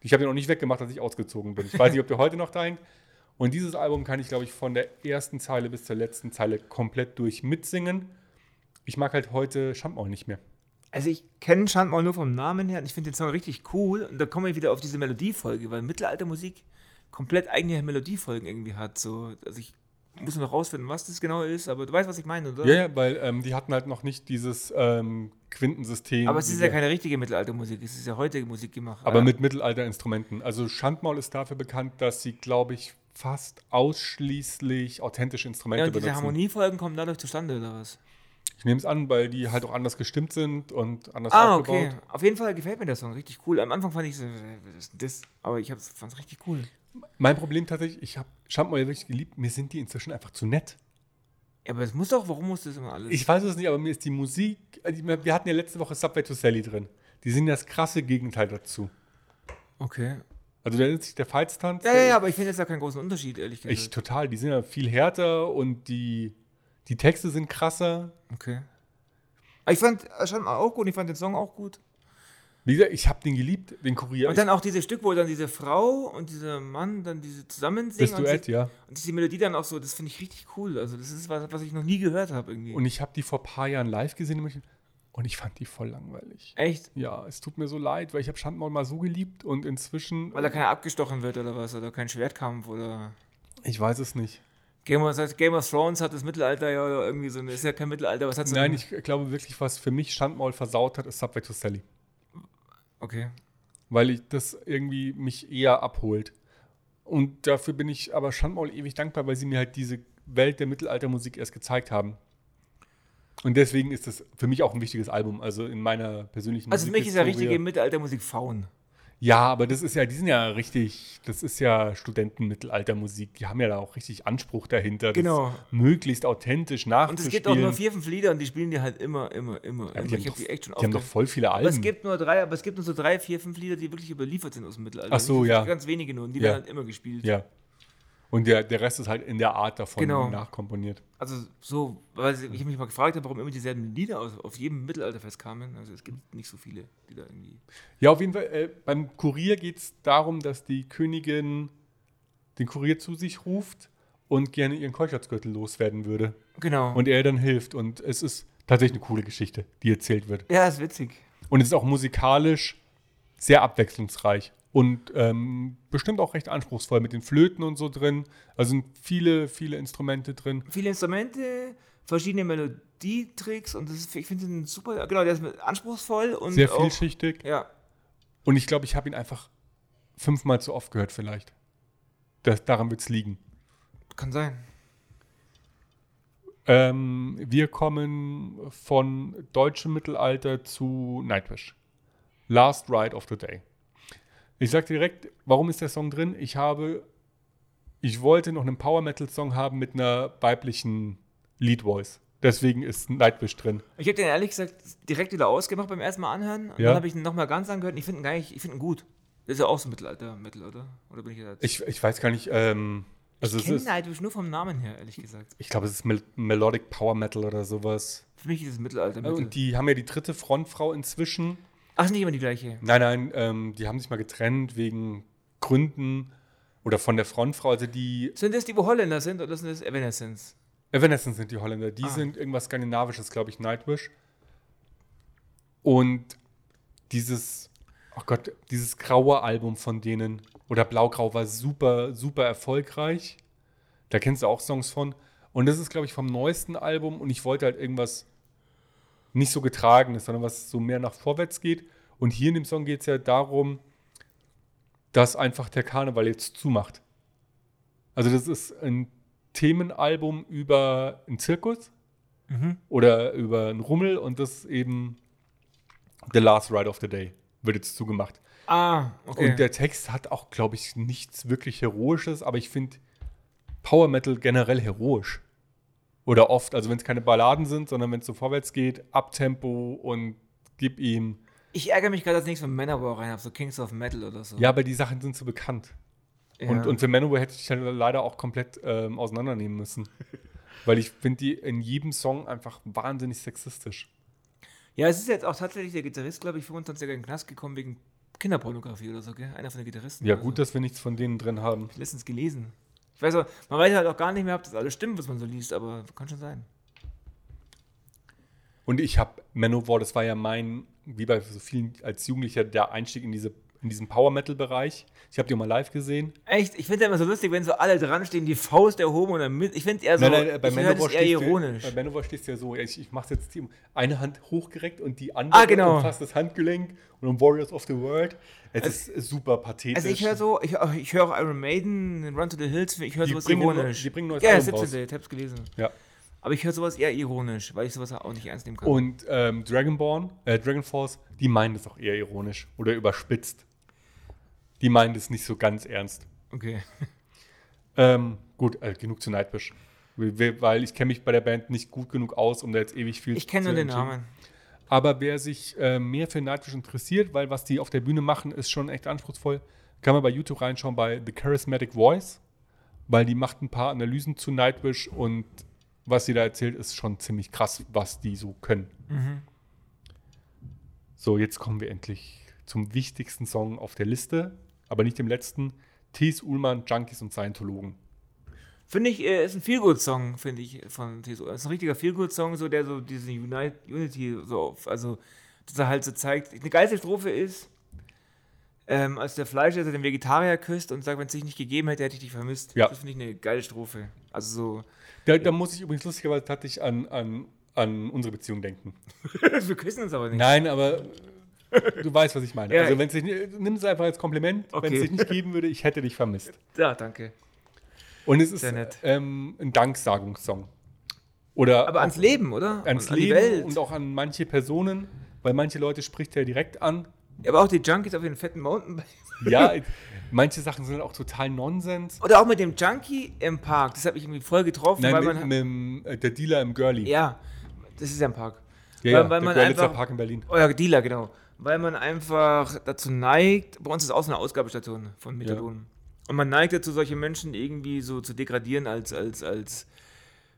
Ich habe den auch nicht weggemacht, als ich ausgezogen bin. Ich weiß nicht, ob der heute noch da hängt. Und dieses Album kann ich, glaube ich, von der ersten Zeile bis zur letzten Zeile komplett durch mitsingen. Ich mag halt heute Schamau nicht mehr.
Also ich kenne Schandmaul nur vom Namen her und ich finde den Song richtig cool. Und da kommen wir wieder auf diese Melodiefolge, weil Mittelaltermusik komplett eigene Melodiefolgen irgendwie hat. So, also ich muss noch rausfinden, was das genau ist, aber du weißt, was ich meine, oder?
Ja, ja, weil ähm, die hatten halt noch nicht dieses ähm, Quintensystem.
Aber es ist
diese-
ja keine richtige Mittelaltermusik, es ist ja heutige Musik gemacht.
Aber
Äh,
mit Mittelalterinstrumenten. Also Schandmaul ist dafür bekannt, dass sie, glaube ich, fast ausschließlich authentische Instrumente
ja, und diese
benutzen.
Harmoniefolgen kommen dadurch zustande, oder was?
Ich nehme es an, weil die halt auch anders gestimmt sind und anders
ah,
aufgebaut.
okay. Auf jeden Fall gefällt mir der Song richtig cool. Am Anfang fand ich so, äh, was ist denn das? Aber ich fand es richtig cool.
Mein Problem tatsächlich, ich habe Schandmaul ja wirklich geliebt, mir sind die inzwischen einfach zu nett.
Ja, aber es muss doch, warum muss das immer alles?
Ich weiß es nicht, aber mir ist die Musik. also ich meine, Wir hatten ja letzte Woche Subway to Sally drin. Die sind das krasse Gegenteil dazu.
okay.
Also da ist sich der Feitstanz.
Ja, ja, ja, aber ich finde jetzt da keinen großen Unterschied, ehrlich gesagt.
Ich total. Die sind ja viel härter und die, die Texte sind krasser.
Okay. Aber Ich fand äh, schon mal auch gut, ich fand den Song auch gut.
Wie gesagt, ich habe den geliebt, den Kurier.
und dann auch dieses Stück, wo dann diese Frau und dieser Mann dann diese zusammen
das
singen.
Duett,
und,
ja.
sie, und diese Melodie dann auch so, das finde ich richtig cool. Also, das ist was, was ich noch nie gehört habe irgendwie.
Und ich habe die vor ein paar Jahren live gesehen in München und ich fand die voll langweilig.
Echt?
Ja, es tut mir so leid, weil ich habe Schandmaul mal so geliebt und inzwischen.
Weil da keiner abgestochen wird oder was, oder kein Schwertkampf oder.
Ich weiß es nicht.
Game of, das heißt, Game of Thrones hat das Mittelalter ja oder irgendwie so, eine- ist ja kein Mittelalter, was hat so
Nein,
eine-
ich glaube wirklich, was für mich Schandmaul versaut hat, ist Subway to Sally.
Okay.
weil ich das irgendwie mich eher abholt. Und dafür bin ich aber Schandmaul ewig dankbar, weil sie mir halt diese Welt der Mittelaltermusik erst gezeigt haben. Und deswegen ist das für mich auch ein wichtiges Album, also in meiner persönlichen
Also für mich ist ja
Musikhistorie.
richtige Mittelaltermusik faun.
Ja, aber das ist ja, die sind ja richtig, das ist ja Studenten-Mittelaltermusik. Die haben ja da auch richtig Anspruch dahinter,
Genau.
das möglichst authentisch
Und
nachzuspielen.
es gibt auch nur vier, fünf Lieder und die spielen die halt immer, immer, immer.
Ja, aber
immer.
die
ich
haben,
hab
doch,
die echt schon
die haben doch
aufge-
voll viele Alben.
Aber es gibt nur drei, aber es gibt nur so drei, vier, fünf Lieder, die wirklich überliefert sind aus dem Mittelalter.
Ach so,
Es gibt
ja.
Ganz wenige nur und die
Ja.
werden halt immer gespielt.
ja. Und der, der Rest ist halt in der Art davon
Genau.
nachkomponiert.
Also so, weil ich ich mich mal gefragt habe, warum immer dieselben Lieder aus, auf jedem Mittelalterfest kamen. Also es gibt nicht so viele, die da irgendwie.
Ja, auf jeden Fall, äh, beim Kurier geht es darum, dass die Königin den Kurier zu sich ruft und gerne ihren Keuschheitsgürtel loswerden würde.
Genau.
Und er ihr dann hilft. Und es ist tatsächlich eine coole Geschichte, die erzählt wird.
ja, ist witzig.
Und es ist auch musikalisch sehr abwechslungsreich und ähm, bestimmt auch recht anspruchsvoll mit den Flöten und so drin. Also sind viele, viele Instrumente drin.
Viele Instrumente, verschiedene Melodietricks und das ist, ich finde den super, genau, der ist mit- anspruchsvoll und
Sehr
auch,
vielschichtig.
Ja,
Und ich glaube, ich habe ihn einfach fünfmal zu oft gehört, vielleicht. Das, daran wird es liegen.
kann sein.
Ähm, wir kommen von deutschem Mittelalter zu Nightwish. Last Ride of the Day. Ich sag dir direkt, warum ist der Song drin? Ich habe, ich wollte noch einen Power Metal Song haben mit einer weiblichen Lead Voice. Deswegen ist Nightwish drin.
Ich habe den ehrlich gesagt direkt wieder ausgemacht beim ersten Mal anhören und
Ja.
dann habe ich ihn nochmal ganz angehört und ich finde ihn gar nicht, ich finde ihn gut. Das ist ja auch so Mittelalter, Mittel, oder? Oder bin ich da?
Ich, ich weiß gar nicht, ähm, also
ich
ich
kenne
es
ihn
ist,
halt nur vom Namen her, ehrlich gesagt.
ich glaube, es ist Mel Melodic Power Metal oder sowas.
Für mich ist es Mittelalter. Mittel.
Und die haben ja die dritte Frontfrau inzwischen.
Ach, ist nicht immer die gleiche.
Nein, nein, ähm, die haben sich mal getrennt wegen Gründen oder von der Frontfrau. Also die
Sind das die, wo Holländer sind oder sind das Evanescence?
Evanescence sind die Holländer, die
Ah.
sind irgendwas Skandinavisches, glaube ich, Nightwish. Und dieses, oh Gott, dieses graue Album von denen oder Blaugrau war super, super erfolgreich. Da kennst du auch Songs von. Und das ist, glaube ich, vom neuesten Album und ich wollte halt irgendwas nicht so getragenes, sondern was so mehr nach vorwärts geht. Und hier in dem Song geht es ja darum, dass einfach der Karneval jetzt zumacht. Also das ist ein Themenalbum über einen Zirkus
Mhm.
oder über einen Rummel und das eben The Last Ride of the Day wird jetzt zugemacht.
Ah, okay.
Und der Text hat auch, glaube ich, nichts wirklich Heroisches, aber ich finde Power Metal generell heroisch. Oder oft, also wenn es keine Balladen sind, sondern wenn es so vorwärts geht, Abtempo und gib ihm.
ich ärgere mich gerade, dass ich nichts von Manowar rein habe, so Kings of Metal oder so.
Ja, aber die Sachen sind so bekannt.
Ja.
Und, und für Manowar hätte ich halt leider auch komplett ähm, auseinandernehmen
[laughs]
müssen. Weil ich finde die in jedem Song einfach wahnsinnig sexistisch.
ja, es ist jetzt auch tatsächlich der Gitarrist, glaube ich, 25 Jahre in den Knast gekommen wegen Kinderpornografie oder so, gell? Einer von den Gitarristen.
Ja,
oder
gut,
so.
dass wir nichts von denen drin haben.
Ich hab letztens gelesen. Ich weiß auch, man weiß halt auch gar nicht mehr, ob das alles stimmt, was man so liest, aber kann schon sein.
Und ich habe Manowar, das war ja mein, wie bei so vielen als Jugendlicher, der Einstieg in, diese, in diesen Power-Metal-Bereich. Ich habe die auch mal live gesehen.
Echt, ich finde immer so lustig, wenn so alle dran stehen, die Faust erhoben und dann mit. Ich finde eher so, Also, ich höre das eher ironisch.
Du, bei Manowar stehst du ja so, ich, ich mache jetzt die, eine Hand hochgereckt und die andere
Ah, genau.
umfasst das Handgelenk und um Warriors of the World. Es ist super pathetisch.
Also ich höre so, ich, ich höre auch Iron Maiden, Run to the Hills, ich höre
Die
sowas
bringen-
ironisch.
die bringen neues
ja,
Album
17.
raus.
Ich hab's gelesen.
Ja.
Aber ich höre sowas eher ironisch, weil ich sowas auch nicht ernst nehmen kann.
Und ähm, Dragonborn, äh, Dragon Force, die meinen das auch eher ironisch oder überspitzt. Die meinen das nicht so ganz ernst.
okay.
Ähm, gut, äh, genug zu Nightwish. Wir- wir- Weil ich kenne mich bei der Band nicht gut genug aus, um da jetzt ewig viel
Ich kenne
zu
nur den
entscheiden.
Namen.
Aber wer sich äh, mehr für Nightwish interessiert, weil was die auf der Bühne machen, ist schon echt anspruchsvoll, kann man bei YouTube reinschauen bei The Charismatic Voice, weil die macht ein paar Analysen zu Nightwish und was sie da erzählt, ist schon ziemlich krass, was die so können.
Mhm.
So, jetzt kommen wir endlich zum wichtigsten Song auf der Liste, aber nicht dem letzten. Thies Ullmann, Junkies und Scientologen.
Finde ich, äh, ist ein Feelgood-Song, finde ich, von TSO. Ist ein richtiger Feelgood-Song, so der so diese Unite, Unity so auf, also, dass er halt so zeigt. Eine geilste Strophe ist, ähm, als der Fleischesser den Vegetarier küsst und sagt, wenn es dich nicht gegeben hätte, hätte ich dich vermisst.
Ja.
Das finde ich eine geile Strophe.
[laughs]
Also
Da, da muss ich übrigens lustigerweise tatsächlich an, an, an unsere Beziehung denken.
so, wir küssen uns aber nicht.
Nein, aber Du weißt, was ich meine.
Ja,
also,
ich-
wenn's dich, ni- nimm es einfach als Kompliment.
Okay.
Wenn es dich nicht geben würde, ich hätte dich vermisst.
Ja, danke.
Und es ist
Sehr nett.
ähm, ein Danksagungssong. Oder
Aber ans Leben, oder?
ans
Und an
Leben
die Welt.
und auch an manche Personen, weil manche Leute spricht er direkt an.
Aber auch die Junkies auf den fetten Mountainbike. [laughs]
Ja, manche Sachen sind auch total Nonsens.
Oder auch mit dem Junkie im Park. Das hat mich irgendwie voll getroffen,
Nein,
weil
mit,
man.
mit, dem, äh, der Dealer im Girlie.
ja, das ist ja ein Park.
ja,
weil- weil
der
man
Görlitzer
einfach-
Park in Berlin.
Euer Dealer, genau. Weil man einfach dazu neigt, bei uns ist auch so eine Ausgabestation von Methadon. Und man neigt dazu, solche Menschen irgendwie so zu degradieren als, als, als,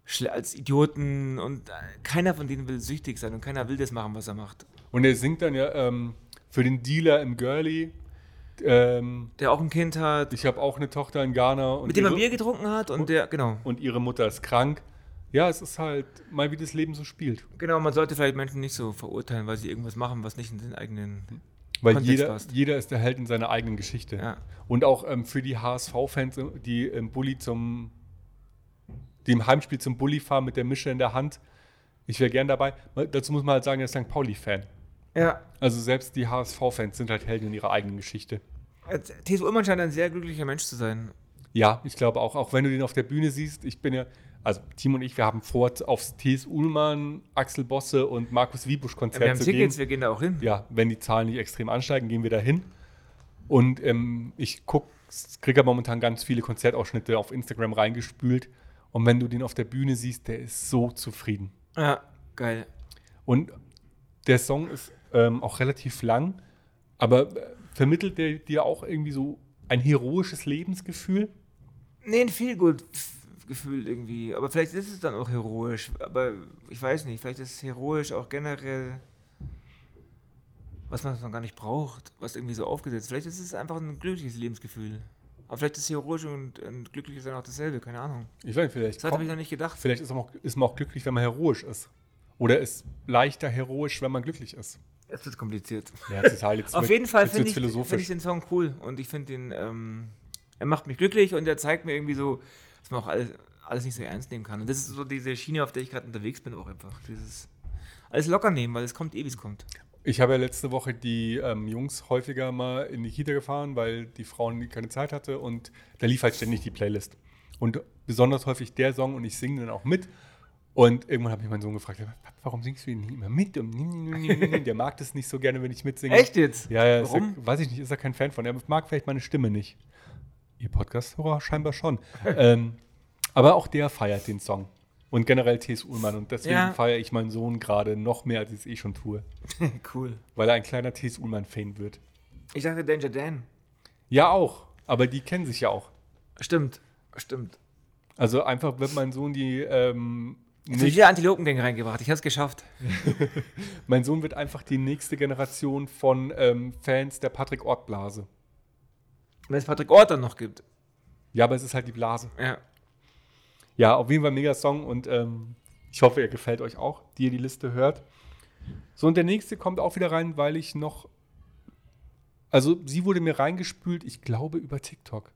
schle- als Idioten. Und äh, keiner von denen will süchtig sein und keiner will das machen, was er macht.
Und er singt dann ja ähm, für den Dealer im Girlie. Ähm,
Der auch ein Kind hat,
ich habe auch eine Tochter in Ghana und
mit dem er
ihre,
Bier getrunken hat und der, genau.
und ihre Mutter ist krank. Ja, es ist halt mal, wie das Leben so spielt.
Genau, man sollte vielleicht Menschen nicht so verurteilen, weil sie irgendwas machen, was nicht in den eigenen.
Weil
Kontext
jeder,
passt.
jeder ist der Held in seiner eigenen Geschichte.
Ja.
Und auch ähm, für die HSV-Fans, äh, die im Bulli zum, die im Heimspiel zum Bulli fahren mit der Mische in der Hand. Ich wäre gern dabei. Mal- Dazu muss man halt sagen, der ist St. Pauli-Fan.
Ja,
Also selbst die HSV-Fans sind halt Helden in ihrer eigenen Geschichte.
TSU Ullmann scheint ein sehr glücklicher Mensch zu sein.
Ja, ich glaube auch, auch wenn du den auf der Bühne siehst, ich bin ja, also Tim und ich, wir haben vor, aufs T.S. Ullmann, Axel Bosse und Markus Wiebusch-Konzert
wir haben
zu
Tickets,
gehen.
wir gehen da auch hin.
Ja, wenn die Zahlen nicht extrem ansteigen, gehen wir da hin. Und ähm, ich gucke, kriege ja momentan ganz viele Konzertausschnitte auf Instagram reingespült. Und wenn du den auf der Bühne siehst, der ist so zufrieden.
ja geil.
Und der Song ist ähm, auch relativ lang, aber äh, vermittelt der dir auch irgendwie so ein heroisches Lebensgefühl?
Nee, ein Feelgood-Gefühl irgendwie. Aber vielleicht ist es dann auch heroisch. Aber ich weiß nicht, vielleicht ist heroisch auch generell was man noch gar nicht braucht, was irgendwie so aufgesetzt. Vielleicht ist es einfach ein glückliches Lebensgefühl. Aber vielleicht ist heroisch und, und glücklich sein auch dasselbe, keine Ahnung.
Ich weiß nicht, vielleicht.
Das habe ich noch nicht gedacht.
Vielleicht ist man, auch, ist man auch glücklich, wenn man heroisch ist. Oder ist leichter heroisch, wenn man glücklich ist.
Es wird kompliziert.
Ja, total. Jetzt
Auf
wird-
jeden Fall
jetzt
finde
wird's
ich, find ich
philosophisch.
den Song cool und ich finde den, ähm, er macht mich glücklich und er zeigt mir irgendwie so, dass man auch alles, alles nicht so ernst nehmen kann. Und das ist so diese Schiene, auf der ich gerade unterwegs bin, auch einfach. Dieses alles locker nehmen, weil es kommt eh, wie es kommt.
Ich, habe ja letzte Woche die ähm, Jungs häufiger mal in die Kita gefahren, weil die Frauen keine Zeit hatte und da lief halt ständig die Playlist. Und besonders häufig der Song und ich singe dann auch mit. Und irgendwann habe ich meinen Sohn gefragt, warum singst du ihn nicht immer mit? Und [laughs] Der mag das nicht so gerne, wenn ich mitsinge.
Echt jetzt?
Genau. Ja, ja, ist er,
Warum?
weiß ich nicht, ist er kein Fan von. Er mag vielleicht meine Stimme nicht. Ihr Podcast-Hörer scheinbar
[laughs]
schon. ähm, aber auch der feiert den Song. Und generell T.S. Ullmann. Und deswegen
Ja.
feiere ich meinen Sohn gerade noch mehr, als ich es eh schon tue.
[laughs] cool.
Weil er ein kleiner T.S. Ullmann-Fan wird.
Ich dachte Danger Dan.
Ja, auch. Aber die kennen sich ja auch.
Stimmt. Stimmt.
Also einfach wird mein Sohn die. Ähm,
Jetzt habe ich
nicht,
wieder Antilopengang reingebracht. Ich habe es geschafft.
mein Sohn wird einfach die nächste Generation von ähm, Fans der Patrick-Ort-Blase.
Wenn es Patrick Ort dann noch gibt.
Ja, aber es ist halt die Blase.
Ja.
Ja, auf jeden Fall ein mega Song und ähm, ich hoffe, er gefällt euch auch, die ihr die Liste hört. So, und der nächste kommt auch wieder rein, weil ich noch. Also, sie wurde mir reingespült, ich glaube, über TikTok.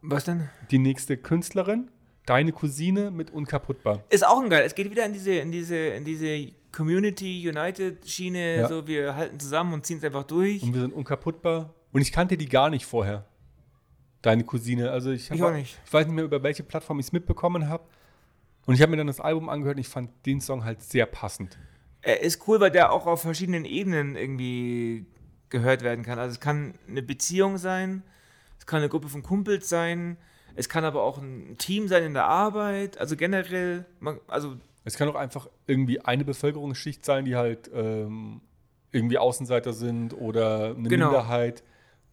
Was denn?
Die nächste Künstlerin, deine Cousine mit Unkaputtbar.
Ist auch ein geil. Es geht wieder in diese, in diese, in diese Community United Schiene.
Ja.
So, wir halten zusammen und ziehen es einfach durch.
Und wir sind unkaputtbar. Und ich kannte die gar nicht vorher. Deine Cousine. Also, ich, hab
Ich auch nicht.
ich weiß nicht mehr, über welche Plattform ich es mitbekommen habe. Und ich habe mir dann das Album angehört und ich fand den Song halt sehr passend.
Er Äh, ist cool, weil der auch auf verschiedenen Ebenen irgendwie gehört werden kann. Also es kann eine Beziehung sein, es kann eine Gruppe von Kumpels sein, es kann aber auch ein Team sein in der Arbeit. Also generell, man, also
Es kann auch einfach irgendwie eine Bevölkerungsschicht sein, die halt ähm, irgendwie Außenseiter sind oder eine
Genau.
Minderheit,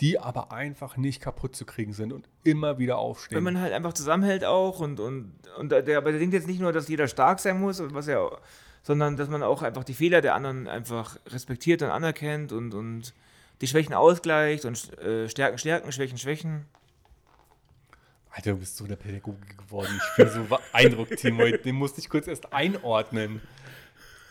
die aber einfach nicht kaputt zu kriegen sind und immer wieder aufstehen.
wenn man halt einfach zusammenhält auch und, und, und der, aber der denkt jetzt nicht nur, dass jeder stark sein muss, was ja, sondern dass man auch einfach die Fehler der anderen einfach respektiert und anerkennt und, und die Schwächen ausgleicht und äh, Stärken, Stärken, Schwächen, Schwächen.
Alter, du bist so der Pädagoge geworden. Ich bin so beeindruckt, Timo. Den musste ich kurz erst einordnen.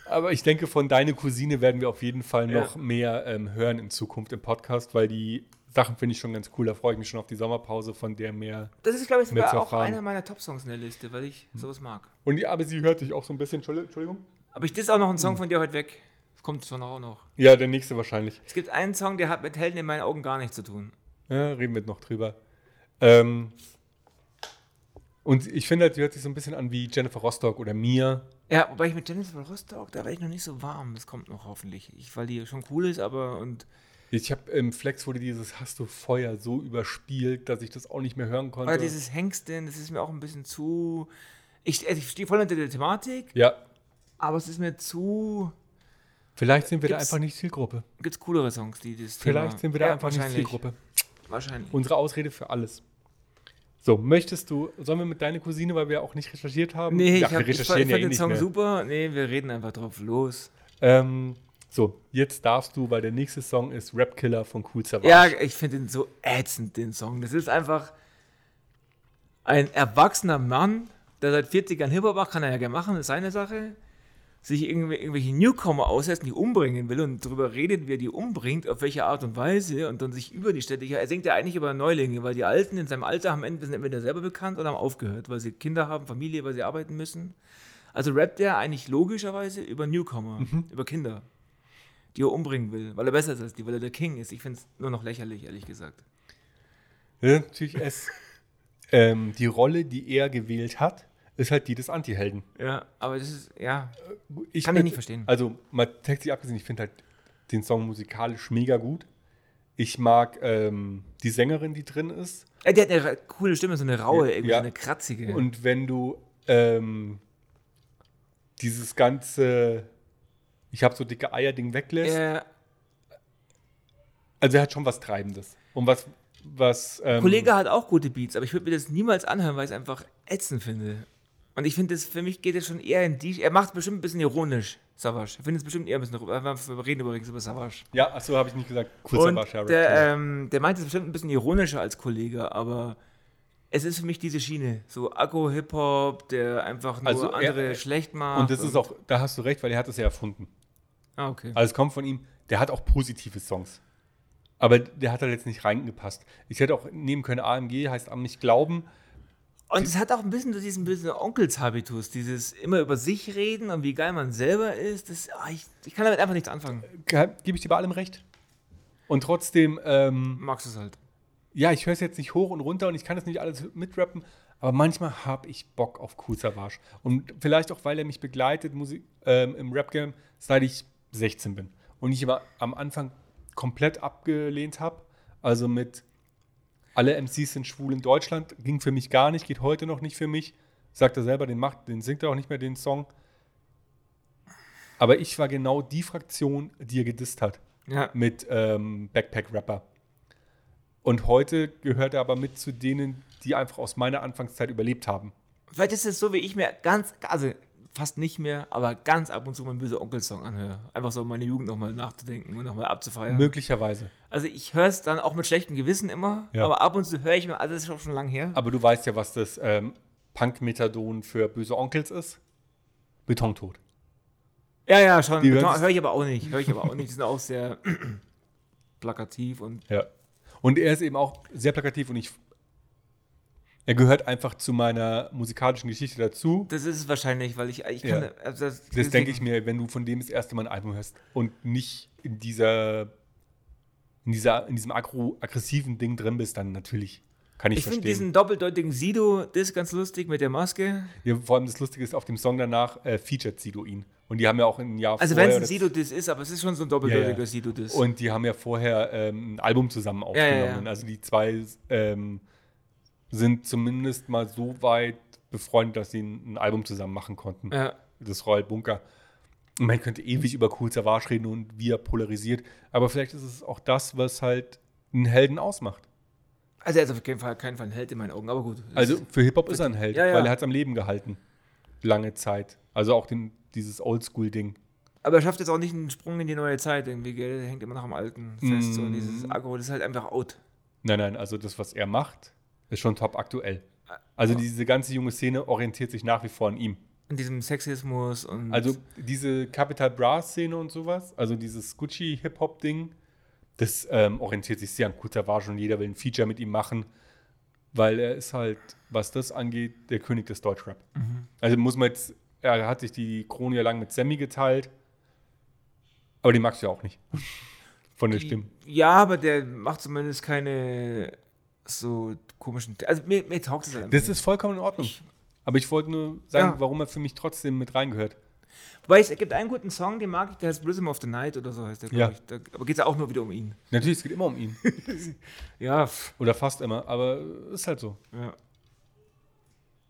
Aber ich denke, von deine Cousine werden wir auf jeden Fall
Ja.
noch mehr ähm, hören in Zukunft im Podcast, weil die Sachen finde ich schon ganz cool. Da freue ich mich schon auf die Sommerpause, von der mehr.
Das ist, glaube ich,
Mit
sogar
zur
auch
Frage.
einer meiner Top-Songs in der Liste, weil ich sowas mag.
Und die, aber sie hört dich auch so ein bisschen. Entschuldigung.
Hm. Aber ich diss auch noch einen Song von dir heute weg. Es Kommt schon auch noch.
Ja, der nächste wahrscheinlich.
Es gibt einen Song, der hat mit Helden in meinen Augen gar nichts zu tun.
Ja, reden wir noch drüber. Ähm, und ich finde, halt, die hört sich so ein bisschen an wie Jennifer Rostock oder Mia.
Ja, wobei ich mit Jennifer Rostock, da war ich noch nicht so warm. Das kommt noch hoffentlich. Ich, weil die schon cool ist, aber und
Ich habe im Flex wurde dieses Hast du Feuer so überspielt, dass ich das auch nicht mehr hören konnte.
aber dieses Hengsten, das ist mir auch ein bisschen zu. Ich, also ich stehe voll hinter der Thematik,
ja,
aber es ist mir zu.
vielleicht sind wir
Gibt's-
da einfach nicht Zielgruppe.
Gibt es coolere Songs, die das
Vielleicht
Thema-
sind wir da
Ja,
einfach nicht
wahrscheinlich.
Zielgruppe.
Wahrscheinlich.
Unsere Ausrede für alles. So, möchtest du, sollen wir mit deiner Cousine, weil wir auch nicht recherchiert haben? ja,
nee,
eh
ich, hab, ich, fand- ich fand den Song super. Nee, wir reden einfach drauf los.
Ähm, so, jetzt darfst du, weil der nächste Song ist Rap Killer von Cool Savage.
Ja, ich finde den so ätzend, den Song. Das ist einfach ein erwachsener Mann, der seit 40 Jahren Hip-Hop macht, kann er ja gerne machen, ist seine Sache. Sich irgendwie, irgendwelche Newcomer aussetzt, die umbringen will und darüber redet, wie er die umbringt, auf welche Art und Weise und dann sich über die Städte. Er singt ja eigentlich über Neulinge, weil die Alten in seinem Alter haben ent- sind entweder selber bekannt oder haben aufgehört, weil sie Kinder haben, Familie, weil sie arbeiten müssen. Also rappt er eigentlich logischerweise über Newcomer, über Kinder die er umbringen will, weil er besser ist als die, weil er der King ist. Ich finde es nur noch lächerlich, ehrlich gesagt.
Ja, Ne? natürlich es. ähm, die Rolle, die er gewählt hat, ist halt die des Antihelden.
Ja, aber das ist, ja.
Ich
Kann ich
bin-
nicht verstehen.
Also, mal textlich abgesehen, ich finde halt den Song musikalisch mega gut. Ich mag ähm, die Sängerin, die drin ist.
Äh, Der hat eine ra- coole Stimme, so eine raue,
Ja,
irgendwie
ja.
so eine kratzige.
Und wenn du ähm, dieses ganze Ich habe so dicke Eier-Ding weglässt,
äh,
also er hat schon was Treibendes. Und was. was ähm,
Kollege hat auch gute Beats, aber ich würde mir das niemals anhören, weil ich es einfach ätzend finde. Und ich finde, das für mich geht es schon eher in die. Er macht es bestimmt ein bisschen ironisch, Savage. Ich finde es bestimmt eher ein bisschen. Wir reden übrigens über Savage.
Ja, achso, habe ich nicht gesagt. Cool
Und
Savage, ja, Rap Killer.
der, ähm, der meint es bestimmt ein bisschen ironischer als Kollege, aber es ist für mich diese Schiene. So Akku-Hip-Hop, der einfach nur
Also er-
andere
er-
schlecht macht.
Und das ist auch, da hast du recht, weil er hat es ja erfunden.
Ah, okay.
Also es kommt von ihm, der hat auch positive Songs. Aber der hat da jetzt nicht reingepasst. Ich hätte auch nehmen können, AMG heißt am nicht glauben.
Und es hat auch ein bisschen so diesen bisschen Onkelshabitus, dieses immer über sich reden und wie geil man selber ist. Das, ah, ich, ich kann damit einfach nichts anfangen.
Ge- Gebe ich dir bei allem recht. Und trotzdem, ähm,
Magst du es halt.
ja, ich höre es jetzt nicht hoch und runter und ich kann das nicht alles mitrappen, aber manchmal habe ich Bock auf Cool Savage. Und vielleicht auch, weil er mich begleitet Musik, ähm, im Rap-Game, seit ich 16 bin. Und ich aber am Anfang komplett abgelehnt habe. Also mit alle MCs sind schwul in Deutschland, ging für mich gar nicht, geht heute noch nicht für mich. Sagt er selber, den macht, den singt er auch nicht mehr den Song. Aber ich war genau die Fraktion, die er gedisst hat
Ja.
mit ähm, Backpack-Rapper. Und heute gehört er aber mit zu denen, die einfach aus meiner Anfangszeit überlebt haben.
Vielleicht ist es so, wie ich mir ganz, also fast nicht mehr, aber ganz ab und zu meinen böse Onkel-Song anhöre. Einfach so, um meine Jugend nochmal nachzudenken und nochmal abzufeiern.
Möglicherweise.
Also ich höre es dann auch mit schlechtem Gewissen immer,
Ja.
aber ab und zu höre ich mir, also das ist auch schon lang her.
Aber du weißt ja, was das ähm, Punk-Methadon für böse Onkels ist. Betontod.
Ja, ja, schon.
Die hören
Genau,
es-
Höre ich aber auch nicht. Höre ich aber auch nicht. Die sind auch sehr [clears throat] plakativ und
Ja. Und er ist eben auch sehr plakativ und ich. Er gehört einfach zu meiner musikalischen Geschichte dazu.
das ist es wahrscheinlich, weil ich, ich kann.
Ja.
Also das
Das denke ich mir, wenn du von dem das erste Mal ein Album hörst und nicht in dieser, in dieser, in diesem aggro, aggressiven Ding drin bist, dann natürlich kann ich,
Ich finde
verstehen.
diesen doppeldeutigen Sido, das ist ganz lustig mit der Maske.
Ja, vor allem das Lustige ist, auf dem Song danach äh, featured Sido ihn. Und die haben ja auch ein Jahr
Also wenn es
vorher.
ein Sido das ist, aber es ist schon so ein doppeldeutiger Sido das.
und die haben ja vorher ähm, ein Album zusammen
ja, ja.
aufgenommen. Also die zwei ähm, sind zumindest mal so weit befreundet, dass sie ein, ein Album zusammen machen konnten.
ja.
das Royal Bunker. Und man könnte ewig über Cool Savage reden und wie er polarisiert. Aber vielleicht ist es auch das, was halt einen Helden ausmacht.
Also er ist auf jeden Fall kein Fall ein Held in meinen Augen, aber gut. Das
Also
ist-
für Hip-Hop ist er ein Held,
Ja, ja.
weil er hat es am Leben gehalten. Lange Zeit. Also auch den, dieses Oldschool-Ding.
aber er schafft jetzt auch nicht einen Sprung in die neue Zeit irgendwie, gell? Er hängt immer noch am Alten fest. So.
Mm.
Und dieses Agro, das ist halt einfach out.
Nein, nein, also das, was er macht, ist schon top aktuell.
Ah.
Also diese ganze junge Szene orientiert sich nach wie vor an ihm.
In diesem Sexismus und
Also diese Capital Bra Szene und sowas, also dieses Gucci Hip Hop Ding, das ähm, orientiert sich sehr an Cool Savage und jeder will ein Feature mit ihm machen, weil er ist halt, was das angeht, der König des Deutschrap. Also muss man jetzt, er hat sich die Krone ja lang mit Sammy geteilt. Aber die magst du ja auch nicht. [laughs] Von den Stimmen.
Ja, aber der macht zumindest keine so komischen. Also mir, mir taugt es einfach.
Das ist vollkommen in Ordnung. Aber ich wollte nur sagen,
Ja.
warum er für mich trotzdem mit reingehört.
Weil es gibt einen guten Song, den mag ich, der heißt Rhythm of the Night oder so heißt der,
Ja.
glaube ich. Da, aber geht es ja auch nur wieder um ihn.
Natürlich, es geht immer um ihn.
Ja, pff,
Oder fast immer. Aber ist halt so.
ja.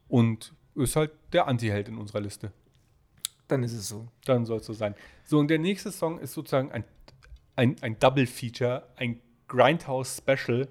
Und ist halt der Anti-Held in unserer Liste.
dann ist es so.
Dann soll es so sein. So, und der nächste Song ist sozusagen ein, ein, ein Double Feature, ein Grindhouse Special.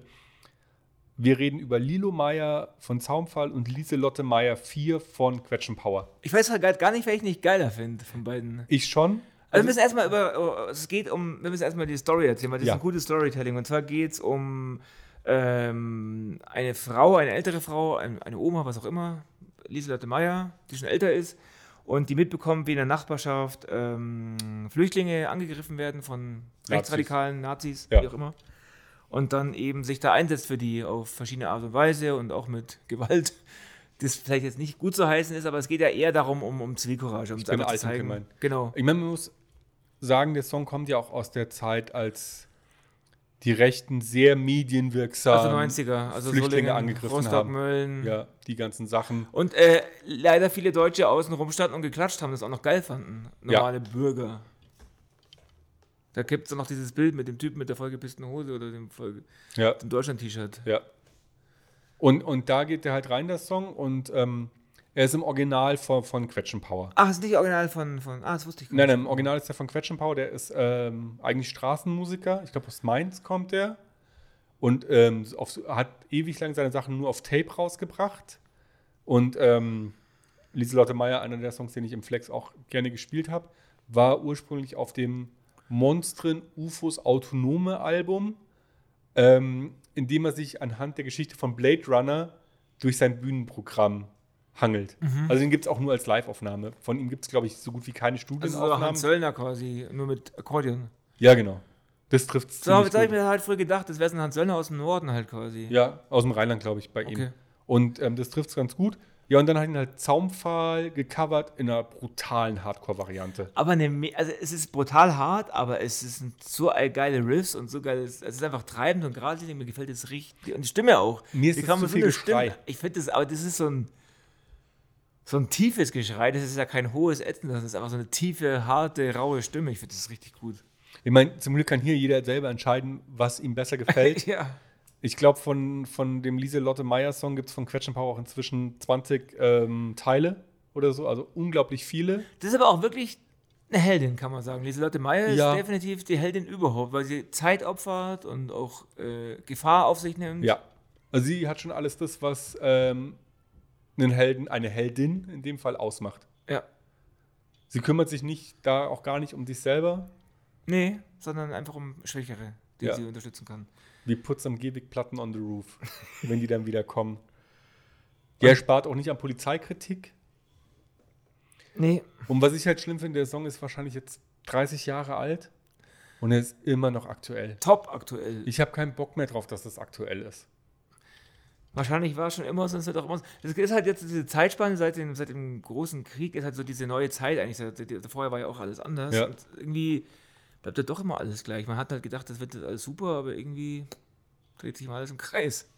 Wir reden über Lilo Meyer von Zaumfall und Lieselotte Meyer 4 von Quetschen Power.
Ich weiß halt gar nicht, welchen ich geiler finde von beiden.
Ich schon.
Also, wir müssen erstmal über, oh, es geht um, wir müssen erstmal die Story erzählen, weil das
Ja.
ist ein gutes Storytelling. Und zwar geht es um ähm, eine Frau, eine ältere Frau, ein, eine Oma, was auch immer, Lieselotte Meyer, die schon älter ist und die mitbekommt, wie in der Nachbarschaft ähm, Flüchtlinge angegriffen werden von
Nazis.
rechtsradikalen Nazis,
Ja.
wie auch immer. Und dann eben sich da einsetzt für die auf verschiedene Art und Weise und auch mit [laughs] Gewalt. Das vielleicht jetzt nicht gut zu heißen ist, aber es geht ja eher darum, um, um Zivilcourage, um es
bin
einfach
alt
zu
und
zeigen.
gemein.
Genau.
Ich meine, man muss sagen, der Song kommt ja auch aus der Zeit, als die Rechten sehr medienwirksam
Also 90er, also
Ähm, Flüchtlinge
Solingen,
angegriffen
Rostock,
haben.
Mölln.
ja, die ganzen Sachen.
Und äh, leider viele Deutsche außen rumstanden und geklatscht haben, das auch noch geil fanden.
Ja.
Normale Bürger. Da gibt es noch dieses Bild mit dem Typen mit der vollgepissten Hose oder dem, voll-
Ja.
dem Deutschland-T-Shirt.
Ja. Und, und da geht der halt rein, der Song, und ähm, er ist im Original von, von Quetschen Power.
Ach, ist nicht original von, von. Ah, das wusste ich gar
Nein,
nicht.
nein, im Original ist der von Quetschen Power, der ist ähm, eigentlich Straßenmusiker. Ich glaube, aus Mainz kommt der. Und ähm, auf, hat ewig lang seine Sachen nur auf Tape rausgebracht. Und ähm, Lieselotte Meyer, einer der Songs, den ich im Flex auch gerne gespielt habe, war ursprünglich auf dem Monstren UFOs Autonome Album, ähm, in dem er sich anhand der Geschichte von Blade Runner durch sein Bühnenprogramm hangelt.
Mhm.
Also den gibt es auch nur als Live-Aufnahme. Von ihm gibt es, glaube ich, so gut wie keine
Also so
Studienaufnahmen.
Hans Söllner quasi, nur mit Akkordeon.
ja, genau. Das trifft es
So habe ich mir halt früher gedacht, das wäre so ein Hans Söllner aus dem Norden halt quasi.
Ja, aus dem Rheinland, glaube ich, bei ihm.
Okay.
Und ähm, das trifft es ganz gut. Ja, und dann hat ihn halt Zaumfall gecovert in einer brutalen Hardcore-Variante.
Aber eine, me- also es ist brutal hart, aber es sind so ein- geile Riffs und so geiles, es ist einfach treibend und geradlinig, mir gefällt das richtig und die Stimme auch.
Mir ist
Wie
das
kann
zu
man so
viel
eine Stimme-
Geschrei.
Ich finde das, aber das ist so ein, so ein tiefes Geschrei, das ist ja kein hohes Ätzen, das ist einfach so eine tiefe, harte, raue Stimme, ich finde das richtig gut.
Ich meine, zum Glück kann hier jeder selber entscheiden, was ihm besser gefällt.
[laughs] ja.
ich glaube, von, von dem Lieselotte Meyer-Song gibt es von Quetschen Power auch inzwischen 20 ähm, Teile oder so, also unglaublich viele.
Das ist aber auch wirklich eine Heldin, kann man sagen. Lieselotte Meyer
Ja.
ist definitiv die Heldin überhaupt, weil sie Zeit opfert und auch äh, Gefahr auf sich nimmt.
Ja. Also sie hat schon alles das, was ähm, einen Helden, eine Heldin in dem Fall ausmacht.
ja.
Sie kümmert sich nicht, da auch gar nicht um sich selber,
Nee, sondern einfach um Schwächere, die
Ja.
sie unterstützen kann.
wie Putz am Gehweg Platten on the
[laughs]
Roof, wenn die dann wieder kommen. Der spart auch nicht an Polizeikritik.
Nee.
Und was ich halt schlimm finde, der Song ist wahrscheinlich jetzt 30 Jahre alt und er ist immer noch aktuell.
Top aktuell.
Ich habe keinen Bock mehr drauf, dass das aktuell ist.
Wahrscheinlich war es schon immer, sonst wird auch immer. so. Das ist halt jetzt diese Zeitspanne seit dem, seit dem großen Krieg, ist halt so diese neue Zeit eigentlich. Seit, seit- vorher war ja auch alles anders.
Ja.
Und irgendwie bleibt ja doch immer alles gleich. Man hat halt gedacht, das wird jetzt alles super, aber irgendwie dreht sich mal alles im Kreis.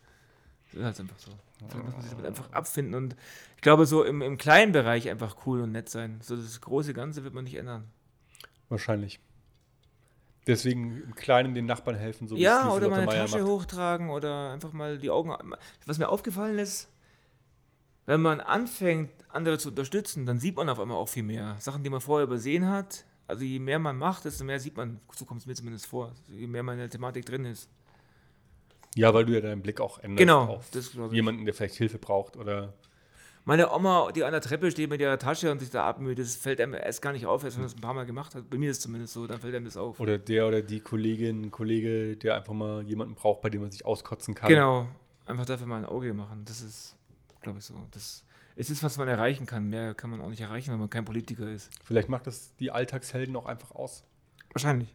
Das ist halt einfach so. Vielleicht muss man
Oh.
sich damit einfach abfinden und ich glaube, so im, im kleinen Bereich einfach cool und nett sein. So das große Ganze wird man nicht ändern.
Wahrscheinlich. Deswegen im Kleinen den Nachbarn helfen, so wie es
ja,
Lieselotte
oder mal eine
Meyer
Tasche
macht.
hochtragen oder einfach mal die Augen. Was mir aufgefallen ist, wenn man anfängt, andere zu unterstützen, dann sieht man auf einmal auch viel mehr. Sachen, die man vorher übersehen hat. Also je mehr man macht, desto mehr sieht man. So kommt es mir zumindest vor. Je mehr man in der Thematik drin ist.
Ja, weil du ja deinen Blick auch änderst
Genau,
auf
das glaub ich.
jemanden, der vielleicht Hilfe braucht oder
Meine Oma, die an der Treppe steht mit ihrer Tasche und sich da abmüht, das fällt einem erst gar nicht auf, erst wenn man das ein paar Mal gemacht hat. Bei mir ist es zumindest so, dann fällt einem das auf.
Oder der oder die Kollegin, Kollege, der einfach mal jemanden braucht, bei dem man sich auskotzen kann.
Genau, einfach dafür mal ein Auge machen. Das ist, glaube ich, so. Das, es ist, was man erreichen kann. Mehr kann man auch nicht erreichen, wenn man kein Politiker ist.
Vielleicht macht das die Alltagshelden auch einfach aus.
Wahrscheinlich.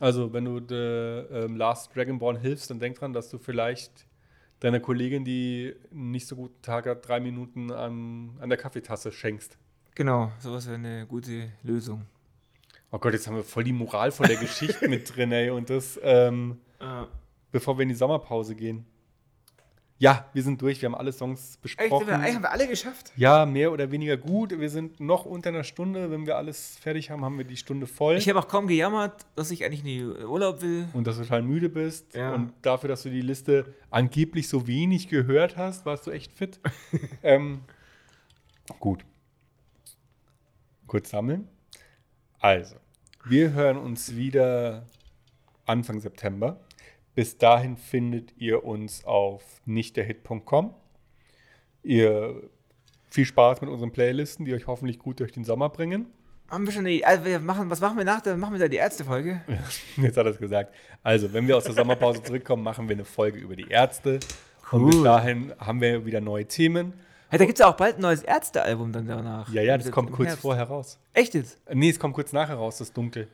Also, wenn du der ähm, Last Dragonborn hilfst, dann denk dran, dass du vielleicht deiner Kollegin, die einen nicht so guten Tag hat, drei Minuten an, an der Kaffeetasse schenkst.
Genau, sowas wäre eine gute Lösung.
Oh Gott, jetzt haben wir voll die Moral
[laughs]
von der Geschichte mit drin, ey. Und das, ähm,
Äh,
bevor wir in die Sommerpause gehen. Ja, wir sind durch. Wir haben alle Songs
echt,
besprochen.
haben wir, eigentlich haben wir alle geschafft.
Ja, mehr oder weniger gut. Wir sind noch unter einer Stunde. Wenn wir alles fertig haben, haben wir die Stunde voll.
Ich habe auch kaum gejammert, dass ich eigentlich nie Urlaub will.
und dass du total müde bist.
Ja.
Und dafür, dass du die Liste angeblich so wenig gehört hast, warst du echt fit. ähm, gut. Kurz sammeln. Also, wir hören uns wieder Anfang September. Bis dahin findet ihr uns auf nichtderhit.com. Ihr viel Spaß mit unseren Playlisten, die euch hoffentlich gut durch den Sommer bringen.
Haben wir schon die, also wir machen, was machen wir nach? der- machen wir da die Ärztefolge.
[laughs] Jetzt hat er es gesagt. Also, wenn wir aus der Sommerpause zurückkommen, machen wir eine Folge über die Ärzte. Und
Cool.
bis dahin haben wir wieder neue Themen.
Hey, da gibt es ja auch bald ein neues Ärztealbum dann danach.
Ja, ja, das
Im-
kommt
im
kurz
Herbst.
vorher raus.
Echt jetzt?
Äh, Nee, es kommt kurz nachher raus, das Dunkel.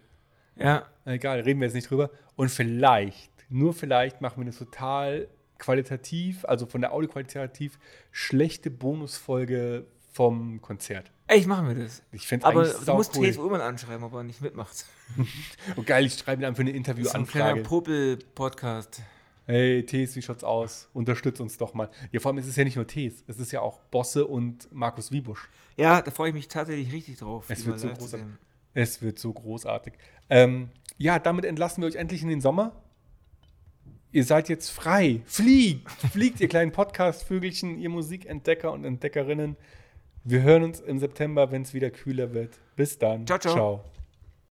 Ja.
Egal, reden wir jetzt nicht drüber. Und vielleicht, nur vielleicht, machen wir eine total qualitativ, also von der Audio qualitativ, schlechte Bonusfolge vom Konzert.
Echt, machen wir das.
Ich fände es
Aber
eigentlich
du
sau
musst TS
cool.
Ullmann anschreiben, ob er nicht mitmacht.
Und geil, ich schreibe dann für eine
Das ist ein kleiner
Interviewanfrage.
Popel-Podcast.
Hey, Tees, wie schaut's aus? Unterstütz uns doch mal. Ja, vor allem ist es ja nicht nur Tees, es ist ja auch Bosse und Markus Wiebusch.
Ja, da freue ich mich tatsächlich richtig drauf.
Es
die
wird
mal
so
live zu
großartig.
sehen.
Es wird so großartig. Ähm, ja, damit entlassen wir euch endlich in den Sommer. Ihr seid jetzt frei. Fliegt! Fliegt, ihr kleinen Podcast-Vögelchen, ihr Musikentdecker und Entdeckerinnen. Wir hören uns im September, wenn es wieder kühler wird. Bis dann.
Ciao, ciao.
ciao.